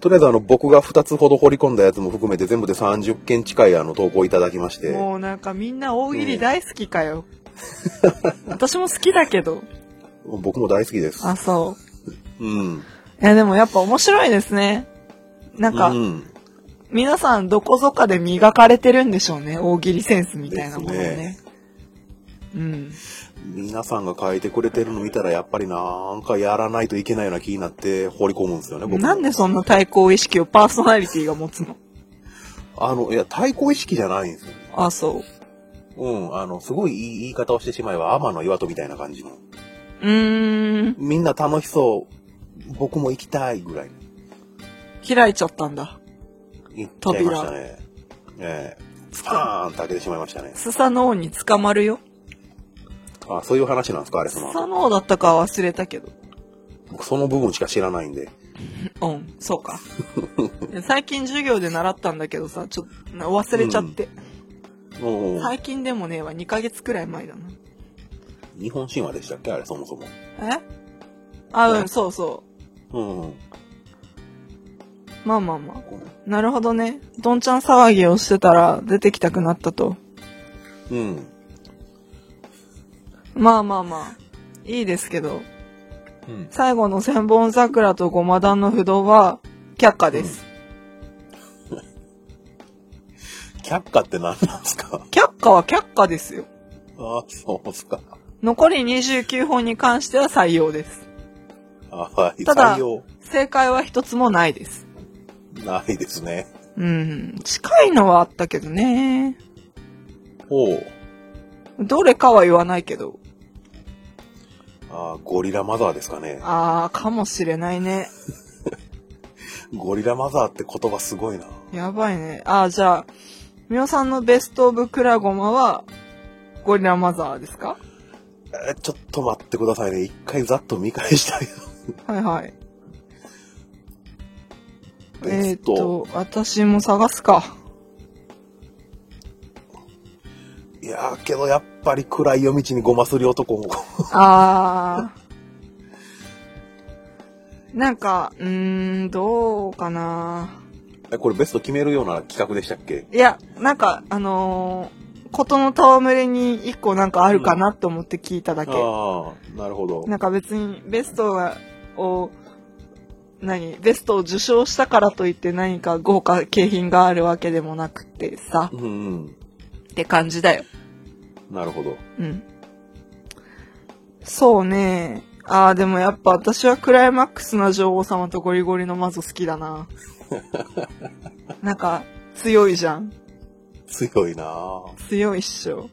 [SPEAKER 2] とりあえずあの、僕が2つほど掘り込んだやつも含めて全部で30件近いあの、投稿いただきまして。
[SPEAKER 1] もうなんかみんな大喜利大好き かよ。私も好きだけど。
[SPEAKER 2] 僕も大好きです。
[SPEAKER 1] あ、そう。
[SPEAKER 2] うん。
[SPEAKER 1] いや、でもやっぱ面白いですね。なんか、
[SPEAKER 2] うん。
[SPEAKER 1] 皆さんどこぞかで磨かれてるんでしょうね。大喜利センスみたいなものをね。うん。
[SPEAKER 2] 皆さんが書いてくれてるの見たらやっぱりなんかやらないといけないような気になって放り込むんですよね、僕も
[SPEAKER 1] なんでそんな対抗意識をパーソナリティが持つの
[SPEAKER 2] あの、いや、対抗意識じゃないんですよ。
[SPEAKER 1] あ、そう。
[SPEAKER 2] うん、あの、すごいいい言い方をしてしまえば天の岩戸みたいな感じの。
[SPEAKER 1] うーん。
[SPEAKER 2] みんな楽しそう。僕も行きたいぐらい。
[SPEAKER 1] 開いちゃったんだ。
[SPEAKER 2] 行っちゃいましたね。ええスパーンと開けてしまいましたね。
[SPEAKER 1] スサノオに捕まるよ。
[SPEAKER 2] あ、そういう話なんですか、あれ、そ
[SPEAKER 1] ス
[SPEAKER 2] の
[SPEAKER 1] サノオだったかは忘れたけど。
[SPEAKER 2] 僕その部分しか知らないんで。
[SPEAKER 1] うん、そう か。最近授業で習ったんだけどさ、ちょっとな忘れちゃって。
[SPEAKER 2] おー
[SPEAKER 1] 最近でもねえわ、2ヶ月くらい前だな。
[SPEAKER 2] 日本神話でしたっけあれ、そもそも。
[SPEAKER 1] えあ、うん、そうそ
[SPEAKER 2] うんうん。
[SPEAKER 1] う。まあまあまあ。なるほどね。どんちゃん騒ぎをしてたら出てきたくなったと。
[SPEAKER 2] うん。
[SPEAKER 1] まあまあまあ。いいですけど。
[SPEAKER 2] うん。
[SPEAKER 1] 最後の千本桜とごま団の不動は、却下です。
[SPEAKER 2] 却下って何なんですか
[SPEAKER 1] 却下は却下ですよ。
[SPEAKER 2] ああ、そうっすか。
[SPEAKER 1] 残り29本に関しては採用です。
[SPEAKER 2] あはい。
[SPEAKER 1] ただ
[SPEAKER 2] 採用
[SPEAKER 1] 正解は一つもないです。
[SPEAKER 2] ないですね。
[SPEAKER 1] うん。近いのはあったけどね。
[SPEAKER 2] おう。
[SPEAKER 1] どれかは言わないけど。
[SPEAKER 2] ああ、ゴリラマザーですかね。
[SPEAKER 1] あー、かもしれないね。
[SPEAKER 2] ゴリラマザーって言葉すごいな。
[SPEAKER 1] やばいね。あー、じゃあ、みおさんのベストオブクラゴマは、ゴリラマザーですか
[SPEAKER 2] えーちょっと待ってくださいね。一回ざっと見返したい
[SPEAKER 1] はいはい。
[SPEAKER 2] な。
[SPEAKER 1] え
[SPEAKER 2] ベ
[SPEAKER 1] っ
[SPEAKER 2] スト。
[SPEAKER 1] と、私も探 すか。
[SPEAKER 2] いやーけどやっぱり暗い夜道にごますり男も。
[SPEAKER 1] あー。なんか、うーん、どうかな。
[SPEAKER 2] えこれベスト決めるような企画でしたっけ
[SPEAKER 1] いや、なんか、あのー、ことの戯れに一個なんかあるかなと思って聞いただけ。
[SPEAKER 2] ああ、なるほど。
[SPEAKER 1] なんか別にベストを、何ベストを受賞したからといって何か豪華景品があるわけでもなくてさ、
[SPEAKER 2] うんうん。
[SPEAKER 1] って感じだよ。
[SPEAKER 2] なるほど。
[SPEAKER 1] うん。そうね。ああ、でもやっぱ私はクライマックスな女王様とゴリゴリの魔女好きだな。なんか、強いじゃん。
[SPEAKER 2] 強いなぁ。
[SPEAKER 1] 強いっしょ。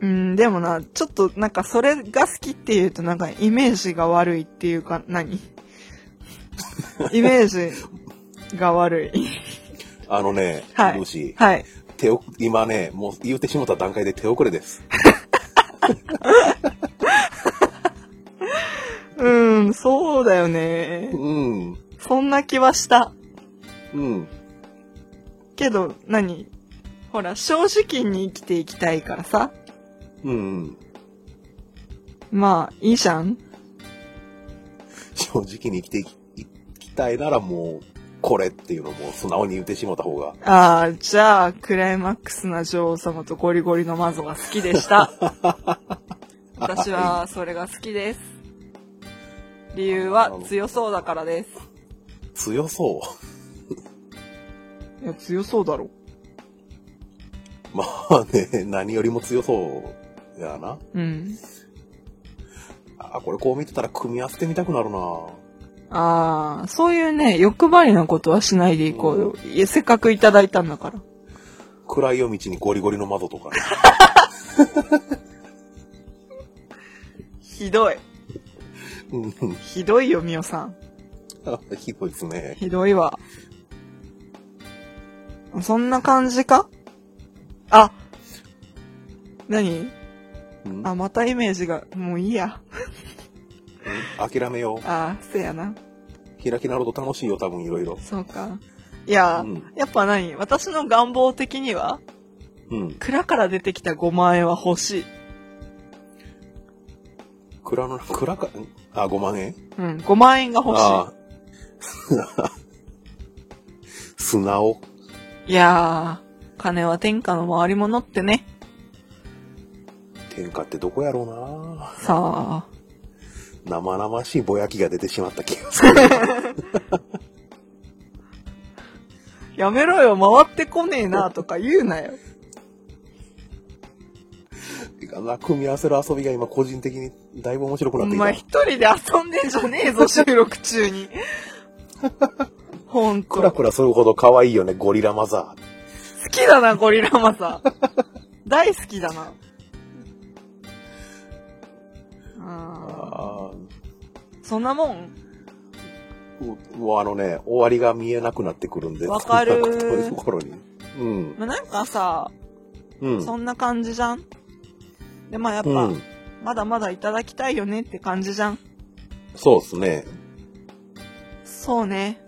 [SPEAKER 1] うん、でもな、ちょっとなんかそれが好きっていうとなんかイメージが悪いっていうか、何イメージが悪い。
[SPEAKER 2] あのね、
[SPEAKER 1] はい
[SPEAKER 2] ルーシー、
[SPEAKER 1] はい。
[SPEAKER 2] 手を、今ね、もう言うてしもた段階で手遅れです。
[SPEAKER 1] うん、そうだよね
[SPEAKER 2] う。ん、
[SPEAKER 1] そんな気はした。
[SPEAKER 2] うん。
[SPEAKER 1] けど、何ほら、正直に生きていきたいからさ。
[SPEAKER 2] うんうん、
[SPEAKER 1] まあ、いいじゃん。
[SPEAKER 2] 正直に生きていきいきたいならもう、これっていうのも素直に言ってしもた方が。
[SPEAKER 1] ああ、じゃあ、クライマックスな女王様とゴリゴリの魔女が好きでした。 私はそれが好きです。理由は強そうだからです。
[SPEAKER 2] 強そ
[SPEAKER 1] いや、強そうだろ。
[SPEAKER 2] う。まあね、何よりも強そうやな。
[SPEAKER 1] うん。
[SPEAKER 2] あ、これこう見てたら組み合わせてみたくなるな
[SPEAKER 1] ああ、そういうね、欲張りなことはしないでいこうよ。いや、せっかくいただいたんだから。
[SPEAKER 2] 暗い夜道にゴリゴリの窓とかね。
[SPEAKER 1] ひどい。
[SPEAKER 2] うんうん
[SPEAKER 1] ひどいよ、みおさん。
[SPEAKER 2] あひどいですね。
[SPEAKER 1] ひどいわ。そんな感じかあ何
[SPEAKER 2] うん
[SPEAKER 1] あ、またイメージが、もういいや。
[SPEAKER 2] うん諦めよ
[SPEAKER 1] あー、せやな。
[SPEAKER 2] う。開き直ると楽しいよ、多分いろいろ。
[SPEAKER 1] そうか。いや、
[SPEAKER 2] うん
[SPEAKER 1] やっぱ何私の願望的には、
[SPEAKER 2] うん。
[SPEAKER 1] 蔵から出てきた5万円は欲しい。
[SPEAKER 2] 蔵の、蔵か、んあ、5万円
[SPEAKER 1] うん、5万円が欲し
[SPEAKER 2] あ あ素直。
[SPEAKER 1] い。いやー、金は天下の回り物ってね。
[SPEAKER 2] 天下ってどこやろうな
[SPEAKER 1] さあ、
[SPEAKER 2] 生々しいぼやきが出てしまった気がする。
[SPEAKER 1] やめろよ、回ってこねえな、とか言うなよ。
[SPEAKER 2] てかな、組み合わせる遊びが今個人的にだいぶ面白くな
[SPEAKER 1] お
[SPEAKER 2] ってき
[SPEAKER 1] 前一人で遊んでんじゃねえぞ、収録 中に。ほん
[SPEAKER 2] た。くら
[SPEAKER 1] と。好
[SPEAKER 2] くらするほど可愛いよね、ゴリラマザ
[SPEAKER 1] きだな、ゴリラマ さん。大好きだな。
[SPEAKER 2] ー。
[SPEAKER 1] あー
[SPEAKER 2] あ
[SPEAKER 1] そんなもん
[SPEAKER 2] ーもうあのね、終わりが見えなくなってくるんで、
[SPEAKER 1] わかる
[SPEAKER 2] そういうところに。うん。
[SPEAKER 1] まあなんかさ、
[SPEAKER 2] うん。
[SPEAKER 1] そんな感じじゃん。で、まあやっぱ、
[SPEAKER 2] うん。
[SPEAKER 1] まだまだいただきたいよねって感じじゃん。
[SPEAKER 2] そうですね。
[SPEAKER 1] そうね。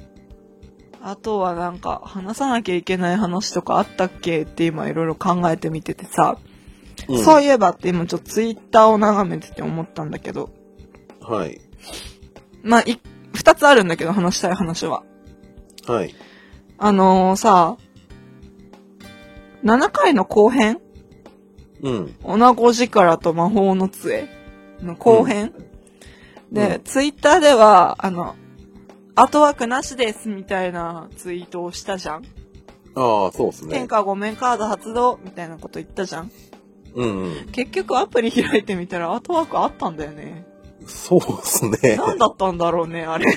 [SPEAKER 1] あとはなんか、話さなきゃいけない話とかあったっけって今いろいろ考えてみててさ、
[SPEAKER 2] うん、
[SPEAKER 1] そういえばって今ちょっとツイッターを眺めてて思ったんだけど、
[SPEAKER 2] はい。
[SPEAKER 1] まあ、い、二つあるんだけど話したい話は。
[SPEAKER 2] はい。
[SPEAKER 1] あのーさ、7回の後編
[SPEAKER 2] うん。
[SPEAKER 1] 女子力と魔法の杖の後編、で、
[SPEAKER 2] うん
[SPEAKER 1] ツイッターでは、あの、後枠なしですみたいなツイートをしたじゃん。
[SPEAKER 2] ああ、そうです
[SPEAKER 1] 天
[SPEAKER 2] ね。
[SPEAKER 1] 下御免カード発動みたいなこと言ったじゃん。
[SPEAKER 2] うんうん。
[SPEAKER 1] 結局アプリ開いてみたら後枠あったんだよね。
[SPEAKER 2] そうです ね。
[SPEAKER 1] 何だったんだろうね、あれ。い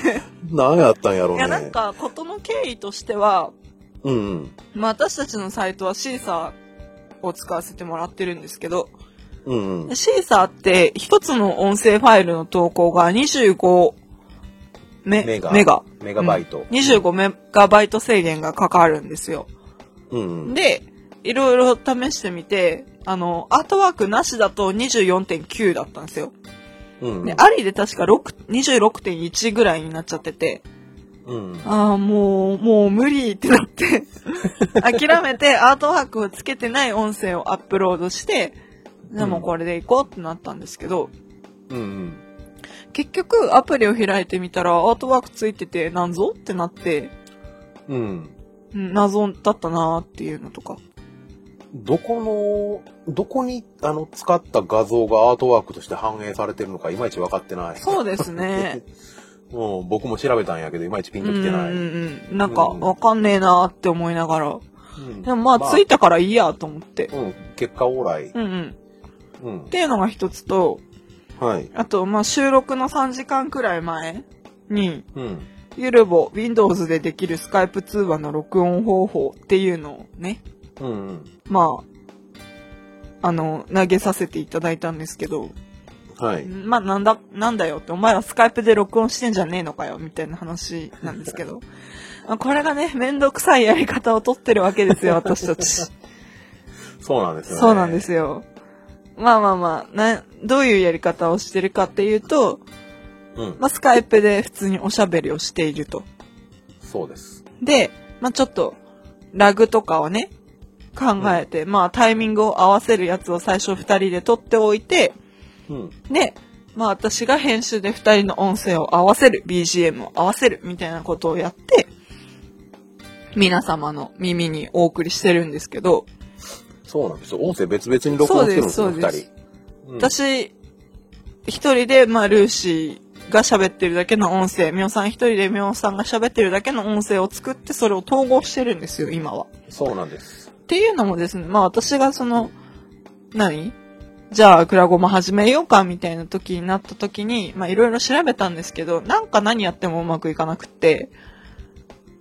[SPEAKER 2] 何やったんやろうね。
[SPEAKER 1] や、なんか、ことの経緯としては、
[SPEAKER 2] うんうん。
[SPEAKER 1] まあ私たちのサイトはシーサーを使わせてもらってるんですけど、
[SPEAKER 2] うんうん。
[SPEAKER 1] シーサーって一つの音声ファイルの投稿が25メ
[SPEAKER 2] メガ
[SPEAKER 1] メガ
[SPEAKER 2] メガバイト。
[SPEAKER 1] 25メガバイト制限がかかるんですよ。
[SPEAKER 2] うんうん。
[SPEAKER 1] で、いろいろ試してみて、あの、アートワークなしだと24.9だったんですよ。
[SPEAKER 2] うんうん
[SPEAKER 1] で、。ありで確か6 26.1ぐらいになっちゃってて、
[SPEAKER 2] うんうん。
[SPEAKER 1] ああ、もう、もう無理ってな って、諦めてアートワークをつけてない音声をアップロードして、でもうこれでいこうってなったんですけど、
[SPEAKER 2] うんうん。
[SPEAKER 1] 結局アプリを開いてみたらアートワークついててなんぞってなって、
[SPEAKER 2] うん。
[SPEAKER 1] うん謎だったなーっていうのとか。
[SPEAKER 2] どこの、どこに、あの、使った画像がアートワークとして反映されてるのか、いまいち分かってない。
[SPEAKER 1] そうです ね。
[SPEAKER 2] うん、僕も調べたんやけど、いまいちピンときてない。
[SPEAKER 1] うんうんうん。なんか、わかんねえなーって思いながら。
[SPEAKER 2] うん
[SPEAKER 1] でもまあ、ついたからいいやと思って。
[SPEAKER 2] うん、結果往来。
[SPEAKER 1] うんうん。
[SPEAKER 2] う
[SPEAKER 1] っ
[SPEAKER 2] ん。
[SPEAKER 1] ていうのが一つと、
[SPEAKER 2] はい。
[SPEAKER 1] あと、まあ、収録の3時間くらい前に、
[SPEAKER 2] うん。
[SPEAKER 1] ゆるぼ、Windows でできるスカイプ通話の録音方法っていうのをね、
[SPEAKER 2] うんうん。
[SPEAKER 1] まあ、あの、投げさせていただいたんですけど、
[SPEAKER 2] はい。
[SPEAKER 1] まあ、なんだ、なんだよって、お前はスカイプで録音してんじゃねえのかよ、みたいな話なんですけど。まあこれがね、めんどくさいやり方をとってるわけですよ、私たち。
[SPEAKER 2] そうなんですよね。
[SPEAKER 1] そうなんで。すよ。まあまあまあ、な、どういうやり方をしてるかっていうと、
[SPEAKER 2] うん。
[SPEAKER 1] まあ、スカイプで普通におしゃべりをしていると。
[SPEAKER 2] そうです。
[SPEAKER 1] で、まあ、ちょっと、ラグとかをね、考えて、まあ、タイミングを合わせるやつを最初二人で撮っておいて、
[SPEAKER 2] うん。
[SPEAKER 1] で、まあ、私が編集で二人の音声を合わせる、BGM を合わせる、みたいなことをやって、皆様の耳にお送りしてるんですけど、
[SPEAKER 2] そうなんですよ。音声別々に録音してるんですよ、
[SPEAKER 1] そう
[SPEAKER 2] 二
[SPEAKER 1] です
[SPEAKER 2] 人。うん
[SPEAKER 1] 私、一人で、まあ、ルーシーが喋ってるだけの音声、みおさん一人でみおさんが喋ってるだけの音声を作って、それを統合してるんですよ、今は。
[SPEAKER 2] そうなんです。
[SPEAKER 1] っていうのもですね、まあ私がその、何じゃあ、クラゴマ始めようか、みたいな時になった時に、まあいろいろ調べたんですけど、なんか何やってもうまくいかなくって、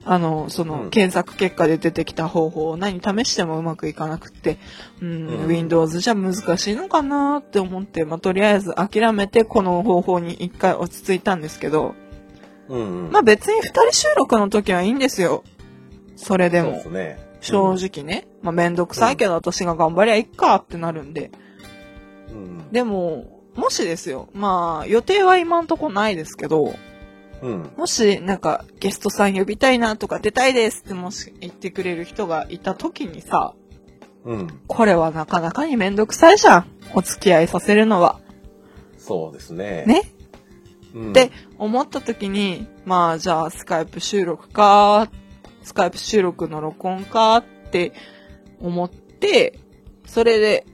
[SPEAKER 1] あの、その、
[SPEAKER 2] うん
[SPEAKER 1] 検索結果で出てきた方法を何試してもうまくいかなくって、うん、
[SPEAKER 2] うん
[SPEAKER 1] Windows じゃ難しいのかなって思って、まあとりあえず諦めてこの方法に一回落ち着いたんですけど、
[SPEAKER 2] うんうん。
[SPEAKER 1] まあ別に二人収録の時はいいんですよ。それで
[SPEAKER 2] そう
[SPEAKER 1] も
[SPEAKER 2] で。すね。
[SPEAKER 1] 正直ね、まあ、めんどくさいけど私が頑張りゃいっかってなるんで。
[SPEAKER 2] うん。
[SPEAKER 1] でも、もしですよ、まあ、予定は今んとこないですけど、
[SPEAKER 2] うん。
[SPEAKER 1] もし、なんか、ゲストさん呼びたいなとか出たいですってもし言ってくれる人がいた時にさ、
[SPEAKER 2] うん。
[SPEAKER 1] これはなかなかにめんどくさいじゃん。お付き合いさせるのは。
[SPEAKER 2] そうですね。
[SPEAKER 1] ね。
[SPEAKER 2] うん。
[SPEAKER 1] で、思った時に、まあじゃあスカイプ収録か、スカイプ収録の録音かって思って、それで、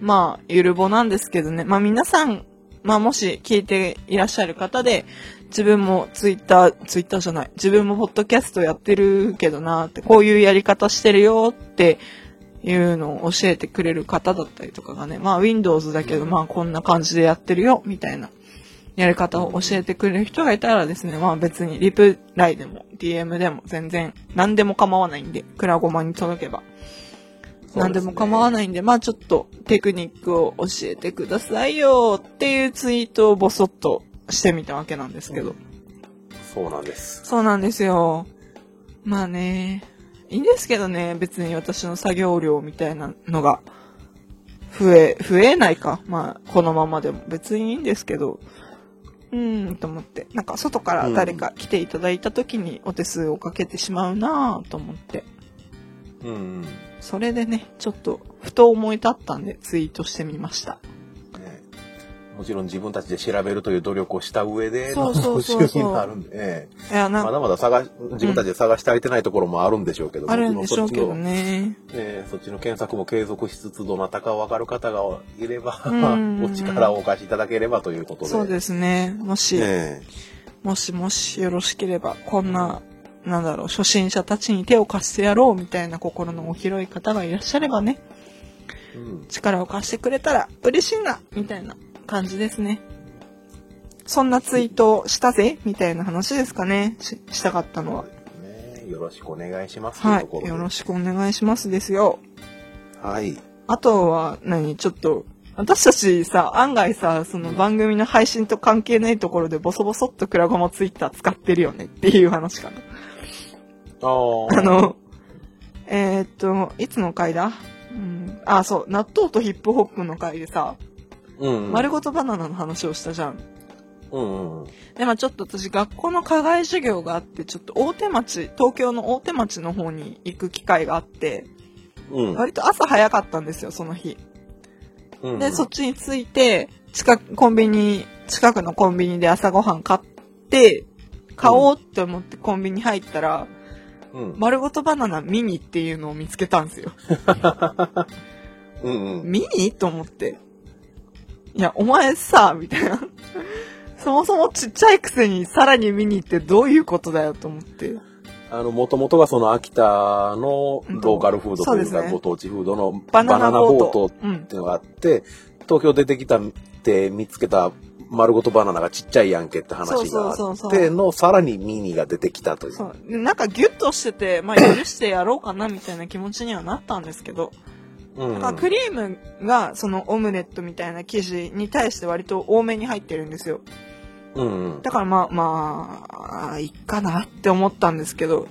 [SPEAKER 1] まあ、ゆるぼなんですけどね。まあ皆さん、まあもし聞いていらっしゃる方で、自分もツイッター、ツイッターじゃない、自分もポッドキャストやってるけどなって、こういうやり方してるよっていうのを教えてくれる方だったりとかがね、まあ Windows だけ
[SPEAKER 2] う
[SPEAKER 1] ど、
[SPEAKER 2] ん
[SPEAKER 1] まあこんな感じでやってるよ、みたいなやり方を教えてくれる人がいたらですね、まあ別にリプライでも DM でも全然何でも構わないんで、クラゴマに届けば何でも構わ
[SPEAKER 2] い。
[SPEAKER 1] ないんで、まあちょっとテクニックを教えてくださいよっていうツイートをボソッとしてみたわけなんですけど。
[SPEAKER 2] そうなんです。
[SPEAKER 1] そうなんですよ。まあね、いいんですけどね、別に私の作業量みたいなのが、増え、増えないか。まあ、このままでも別にいいんですけど、うーん、と思って。なんか、外から誰か来ていただいた時にお手数をかけてしまうなぁと思って。
[SPEAKER 2] うんうん。ね
[SPEAKER 1] それでね、ちょっと、ふと思い立ったんでツイートしてみました。
[SPEAKER 2] もちろん自分たちで調べるという努力をした上で
[SPEAKER 1] そ
[SPEAKER 2] の
[SPEAKER 1] うそう
[SPEAKER 2] 募
[SPEAKER 1] そうそう
[SPEAKER 2] 集になるんで、ええ
[SPEAKER 1] いや、なん
[SPEAKER 2] ま
[SPEAKER 1] か、
[SPEAKER 2] だまだ探し自分たちで探してありてないところもあるんでしょうけど、
[SPEAKER 1] あるんでしょうけど
[SPEAKER 2] もちろんそっちの
[SPEAKER 1] ね。
[SPEAKER 2] えーそっちの検索も継続しつつ、どなたかわかる方がいれば、
[SPEAKER 1] うん
[SPEAKER 2] お力をお貸しいただければということで。
[SPEAKER 1] そうですね。もし、
[SPEAKER 2] え
[SPEAKER 1] もしもしよろしければ、こんな、なんだろう、初心者たちに手を貸してやろうみたいな心のお広い方がいらっしゃればね、
[SPEAKER 2] えうん
[SPEAKER 1] 力を貸してくれたら嬉しいなみたいな感じですね。そんなツイートをしたぜみたいな話ですかね。ししたかったのは。
[SPEAKER 2] ねよろしくお願いしますという
[SPEAKER 1] は
[SPEAKER 2] ところ
[SPEAKER 1] い。
[SPEAKER 2] で。
[SPEAKER 1] よろしくお願いしますですよ。
[SPEAKER 2] はい。
[SPEAKER 1] あとは何、ちょっと、私たちさ、案外さ、その番組の配信と関係ないところでボソボソっとクラゴマツイッター使ってるよねっていう話かな。
[SPEAKER 2] あー
[SPEAKER 1] あの、えーっと、いつの回だうん。あ、そう、納豆とヒップホップの回でさ、
[SPEAKER 2] うん。
[SPEAKER 1] 丸ごとバナナの話をしたじゃん。
[SPEAKER 2] うんうん。
[SPEAKER 1] で、まあちょっと私、学校の課外授業があって、ちょっと大手町、東京の大手町の方に行く機会があって、
[SPEAKER 2] うん。
[SPEAKER 1] 割と朝早かったんですよ、その日。
[SPEAKER 2] うん
[SPEAKER 1] で、そっちに着いて、近く、コンビニ、近くのコンビニで朝ごはん買って、買おうって思ってコンビニ入ったら、
[SPEAKER 2] うん。
[SPEAKER 1] 丸ごとバナナミニっていうのを見つけたんですよ。
[SPEAKER 2] うんうん。
[SPEAKER 1] ミニと思って。いや、お前さ、みたいな。そもそもちっちゃいくせにさらにミニってどういうことだよと思って。
[SPEAKER 2] あの、もともとがその秋田のローカルフードとい
[SPEAKER 1] そ
[SPEAKER 2] う
[SPEAKER 1] うで
[SPEAKER 2] か、
[SPEAKER 1] すね
[SPEAKER 2] ご当地フードの
[SPEAKER 1] バ
[SPEAKER 2] バナ
[SPEAKER 1] ナナ
[SPEAKER 2] ナ
[SPEAKER 1] ボ
[SPEAKER 2] ボ
[SPEAKER 1] ー
[SPEAKER 2] ー
[SPEAKER 1] ト
[SPEAKER 2] ト
[SPEAKER 1] うん
[SPEAKER 2] っ。ていうのがあって、東京出てきたって見つけた丸ごとバナナがちっちゃいやんけって話があって
[SPEAKER 1] そうそうそうそう
[SPEAKER 2] の、さらにミニが出てきたという。
[SPEAKER 1] そう。でなんかギュッとしてて、まあ許してやろうかなみたいな気持ちにはなったんですけど、
[SPEAKER 2] うん
[SPEAKER 1] まあクリームがそのオムレットみたいな生地に対して割と多めに入ってるんですよ。
[SPEAKER 2] うんうん。
[SPEAKER 1] だからまあ、まあ、いっかなって思ったんですけ ど、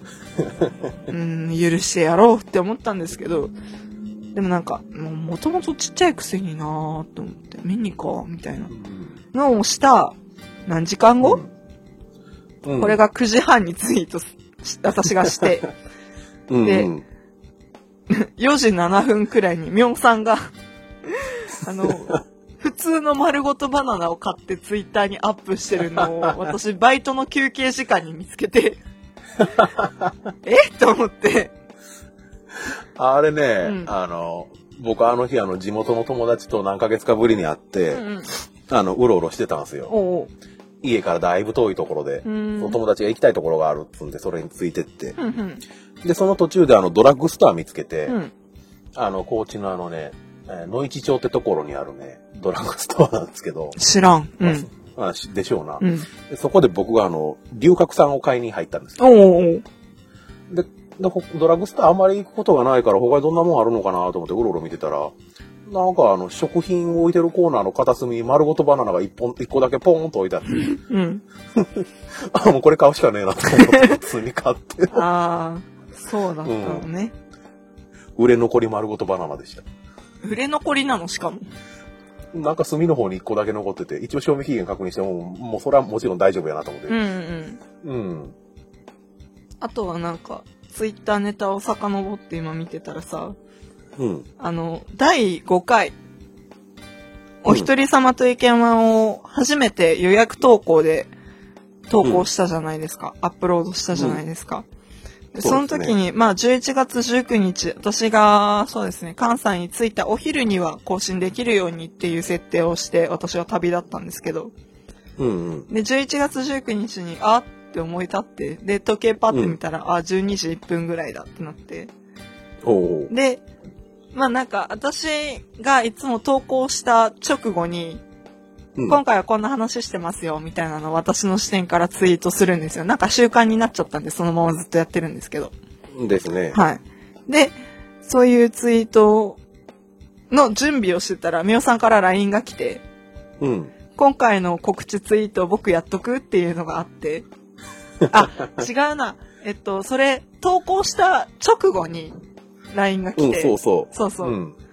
[SPEAKER 1] うん、許してやろうって思ったんですけど、でもなんか、もうもともとちっちゃいくせになーって思って、見に行こう、みたいなのをした、何時間後、
[SPEAKER 2] うん
[SPEAKER 1] これ、が9時半にツイートし、私がして、
[SPEAKER 2] うん
[SPEAKER 1] で
[SPEAKER 2] うん
[SPEAKER 1] 4時7分くらいに、みょんさんが、 あの、普通の丸ごとバナナを買ってツイッターにアップしてるのを、私、バイトの休憩時間に見つけ て、えと思って、
[SPEAKER 2] あれね、
[SPEAKER 1] うん
[SPEAKER 2] あの、僕あの日あの地元の友達と何ヶ月かぶりに会って、
[SPEAKER 1] うんうん
[SPEAKER 2] あの、うろうろしてたんですよ。
[SPEAKER 1] おう
[SPEAKER 2] 家からだいぶ遠いところで、
[SPEAKER 1] う
[SPEAKER 2] そ
[SPEAKER 1] ん
[SPEAKER 2] の友達が行きたいところがあるっつうんで、それについてって。
[SPEAKER 1] うんうん
[SPEAKER 2] で、その途中であのドラッグストア見つけて、
[SPEAKER 1] うん
[SPEAKER 2] あの、高知のあのね、えー野市町ってところにあるね、ドラッグストアなんですけど、
[SPEAKER 1] 知らん。うん。
[SPEAKER 2] まあしでしょうな、
[SPEAKER 1] うん。
[SPEAKER 2] でそこで僕があの、龍角散を買いに入ったんですよ
[SPEAKER 1] おうおうおう
[SPEAKER 2] で、でほドラッグストアあんまり行くことがないから、他にどんなもんあるのかなと思ってうろうろ見てたら、なんかあの、食品を置いてるコーナーの片隅に丸ごとバナナが一本、一個だけポーンと置いてあって、
[SPEAKER 1] うん。
[SPEAKER 2] あ、もうこれ買うしかねえなと思って、普通に買って、
[SPEAKER 1] ああ、そうだったのね。
[SPEAKER 2] 売れ残り丸ごとバナナでした。
[SPEAKER 1] 売れ残りなの、しかも。
[SPEAKER 2] なんか隅の方に一個だけ残ってて、一応賞味期限確認しても、もうそれはもちろん大丈夫やなと思って
[SPEAKER 1] うんう。ん。
[SPEAKER 2] うん。
[SPEAKER 1] あとはなんか、ツイッターネタを遡って今見てたらさ、
[SPEAKER 2] うん。
[SPEAKER 1] あの、第5回、お一人様と意見はを初めて予約投稿で投稿したじゃないですか。アップロードしたじゃないですか。でそ
[SPEAKER 2] そう
[SPEAKER 1] の
[SPEAKER 2] ですね
[SPEAKER 1] 時に、まあ11月19日、私が、そうですね、関西に着いたお昼には更新できるようにっていう設定をして、私は旅立ったんですけど、
[SPEAKER 2] うんうん。
[SPEAKER 1] で、11月19日に、あって思い立って、で、時計パッて見たら、あ、12時1分ぐらいだってなって、
[SPEAKER 2] おう
[SPEAKER 1] で、まあなんか私がいつも投稿した直後に、
[SPEAKER 2] うん
[SPEAKER 1] 今回はこんな話してますよみたいなのを私の視点からツイートするんですよ。なんか習慣になっちゃったんでそのままずっとやってるんですけど。
[SPEAKER 2] ですね。
[SPEAKER 1] はい。で、そういうツイートの準備をしてたら、みおさんから LINE が来て、
[SPEAKER 2] うん。
[SPEAKER 1] 今回の告知ツイートを僕やっとくっていうのがあって、 あ、違うな。えっと、それ、投稿した直後に LINE が
[SPEAKER 2] う
[SPEAKER 1] 来
[SPEAKER 2] ん、
[SPEAKER 1] て、
[SPEAKER 2] そうそ。
[SPEAKER 1] そうそうう、
[SPEAKER 2] うん。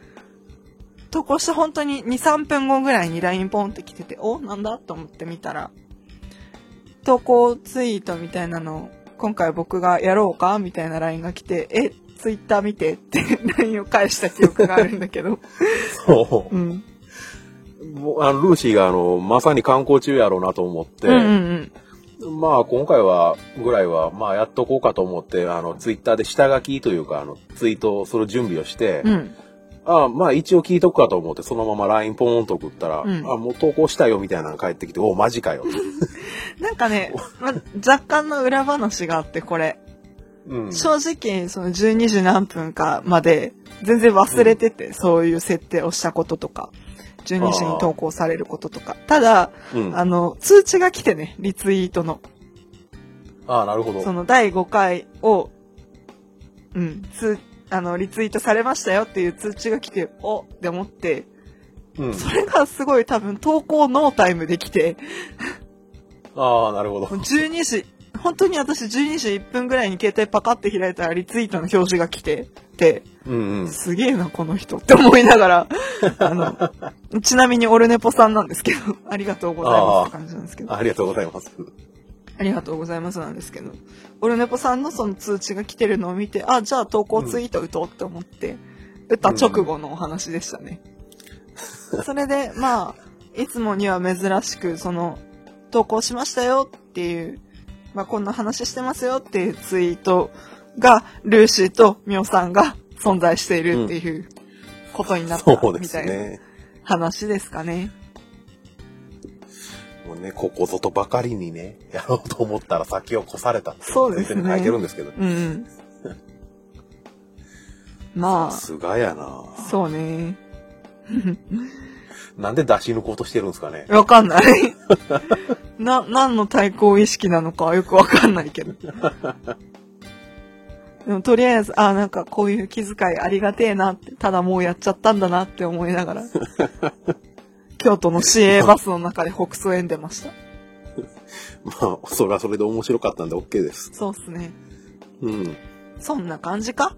[SPEAKER 1] 投稿して本当に2、3分後ぐらいに LINE ポンって来てて、おなんだと思って見たら、投稿ツイートみたいなの、今回僕がやろうかみたいな LINE が来て、え、ツイッター見てって LINE を返した記憶があるんだけど。
[SPEAKER 2] そう。
[SPEAKER 1] うん。
[SPEAKER 2] もうあのルーシーがあの、まさに観光中やろうなと思って、
[SPEAKER 1] うんうん
[SPEAKER 2] まあ今回は、ぐらいは、まあやっとこうかと思って、あの、ツイッターで下書きというか、あの、ツイートをする準備をして、
[SPEAKER 1] うん。うん。
[SPEAKER 2] ああまあ一応聞いとくかと思って、そのまま LINE ポーンと送ったら、
[SPEAKER 1] うん
[SPEAKER 2] あもう投稿したよみたいなの返ってきて、おマジか よ。
[SPEAKER 1] なんかね、ま、若干の裏話があって、これ。
[SPEAKER 2] うん。
[SPEAKER 1] 正直、その12時何分かまで、全然忘れてて、そういう設定をしたこととか、12時に投稿されることとか。ただ、
[SPEAKER 2] うん、
[SPEAKER 1] あ
[SPEAKER 2] あ
[SPEAKER 1] の、通知が来てね、リツイートの。
[SPEAKER 2] あ、なるほど。
[SPEAKER 1] その第5回を、うん、つ、あの、リツイートされましたよっていう通知が来て、おって思って、
[SPEAKER 2] うん、
[SPEAKER 1] それがすごい多分投稿ノータイムで来て、
[SPEAKER 2] ああ、なるほど。
[SPEAKER 1] 12時、本当に私12時1分ぐらいに携帯パカって開いたらリツイートの表示が来て、て、
[SPEAKER 2] うんうん。
[SPEAKER 1] すげえな、この人って思いながら、あの、ちなみにオルネポさんなんですけど、ありがとうございますって感じなんですけど、あ
[SPEAKER 2] ありがとうございます。
[SPEAKER 1] りがとうございますなんですけど、オルネポさんのその通知が来てるのを見て、あ、じゃあ投稿ツイート打とうって思って、打った直後のお話でしたね。それで、まあ、いつもには珍しく、その、投稿しましたよっていう、まあ、こんな話してますよっていうツイートが、ルーシーとミオさんが存在しているっていうことになった
[SPEAKER 2] そうで
[SPEAKER 1] み
[SPEAKER 2] す
[SPEAKER 1] たいな
[SPEAKER 2] ね。
[SPEAKER 1] 話ですかね。
[SPEAKER 2] もうね、ここぞとばかりにね、やろうと思ったら先を越されたって
[SPEAKER 1] そうで
[SPEAKER 2] ツ
[SPEAKER 1] すね
[SPEAKER 2] イッターに書いてるんですけど。
[SPEAKER 1] うん うん。ま
[SPEAKER 2] すがやな
[SPEAKER 1] あ、そうね。
[SPEAKER 2] なんで出し抜こうとしてるんですかね。
[SPEAKER 1] わかんない。 な、何の対抗意識なのかはよくわかんないけど。 でもとりあえず、あ、なんかこういう気遣いありがてえなって、ただもうやっちゃったんだなって思いながら、京都の市営バスの中で北総園出ました。
[SPEAKER 2] まあ、それはそれで面白かったんで OK です。
[SPEAKER 1] そうっすね。
[SPEAKER 2] うん。
[SPEAKER 1] そんな感じか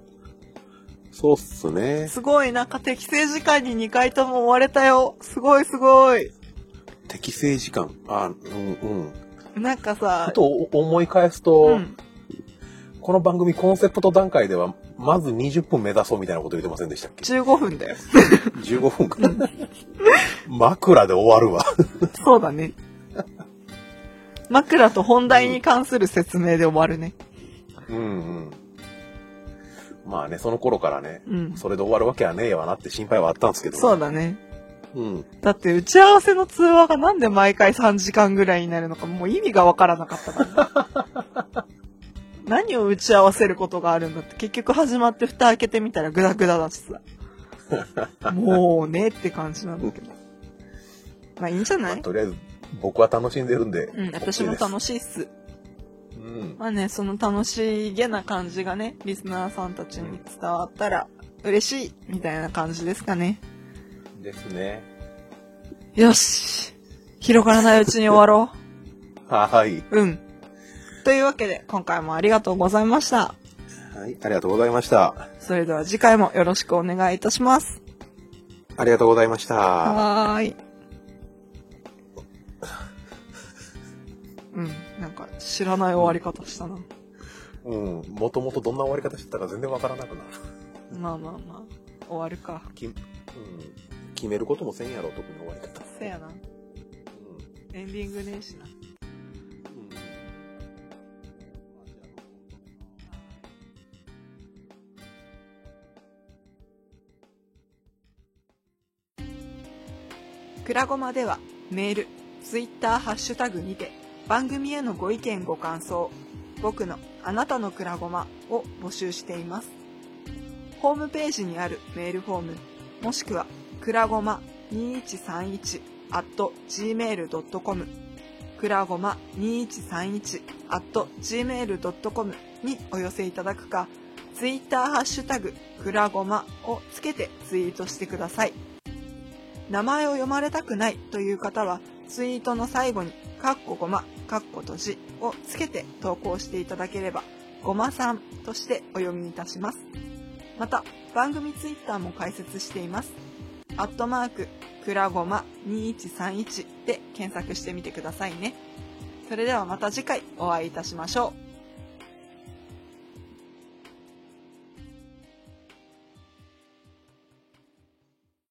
[SPEAKER 2] そうっすね。
[SPEAKER 1] すごい、なんか適正時間に2回とも追われたよ。すごいすごい。
[SPEAKER 2] 適正時間。あうんうん。
[SPEAKER 1] なんか
[SPEAKER 2] ふ
[SPEAKER 1] さ、
[SPEAKER 2] と思い返すと、
[SPEAKER 1] うん、
[SPEAKER 2] この番組コンセプト段階では、まず20分目指そうみたいなこと言ってませんでしたっけ
[SPEAKER 1] 15分だよ。
[SPEAKER 2] ?15 分か。 枕で終わるわ。
[SPEAKER 1] そうだ ね。枕と本題に関する説明で終わるね。
[SPEAKER 2] うんうん。まあね、その頃からね、
[SPEAKER 1] うん。
[SPEAKER 2] それで終わるわけはねえわなって心配はあったんですけど。
[SPEAKER 1] そうだね。
[SPEAKER 2] うん。
[SPEAKER 1] だって打ち合わせの通話がなんで毎回3時間ぐらいになるのかもう意味がわからなかったから。 何を打ち合わせることがあるんだって結局始まって蓋開けてみたらグダグダだし さ。もうねって感じなんだけど。まあいいんじゃない
[SPEAKER 2] とりあえず、僕は楽しんでるんで。
[SPEAKER 1] うん、私も楽
[SPEAKER 2] し
[SPEAKER 1] しいっす。
[SPEAKER 2] い。うん。
[SPEAKER 1] まあね、その楽しげな感じがね、リスナーさんたちに伝わったら嬉しいみたいな感じですかね。
[SPEAKER 2] ですね。
[SPEAKER 1] よし広がらないうちに終わろ
[SPEAKER 2] はーい。
[SPEAKER 1] う。うん。というわけで、今回もありがとうございました。
[SPEAKER 2] はい。ありがとうございました。
[SPEAKER 1] それでは次回もよろしくお願いいたします。
[SPEAKER 2] ありがとうございました。
[SPEAKER 1] はーい。うん、なんか知らない終わり方したな。
[SPEAKER 2] うん。もともとどんな終わり方してたか全然わからなくなる。
[SPEAKER 1] まあまあまあ、終わるか。
[SPEAKER 2] きうん。決めることもせんやろ、特に終わり方。
[SPEAKER 1] せやな。
[SPEAKER 2] うん。
[SPEAKER 1] エンディングねえしな。
[SPEAKER 2] うん
[SPEAKER 1] くらごまではメール、ツイッターハッシュタグにて番組へのご意見ご感想、僕のあなたのくらごまを募集しています。ホームページにあるメールフォーム、もしくはくらごま2131 at gmail.com くらごま2131 at gmail.com にお寄せいただくか、ツイッターハッシュタグくらごまをつけてツイートしてください。名前を読まれたくないという方は、ツイートの最後に、カッコごま、かっこ閉じをつけて投稿していただければ、ごまさんとしてお読みいたします。また、番組ツイッターも開設しています。アットマーク、くらごま2131で検索してみてくださいね。それではまた次回お会いいたしましょう。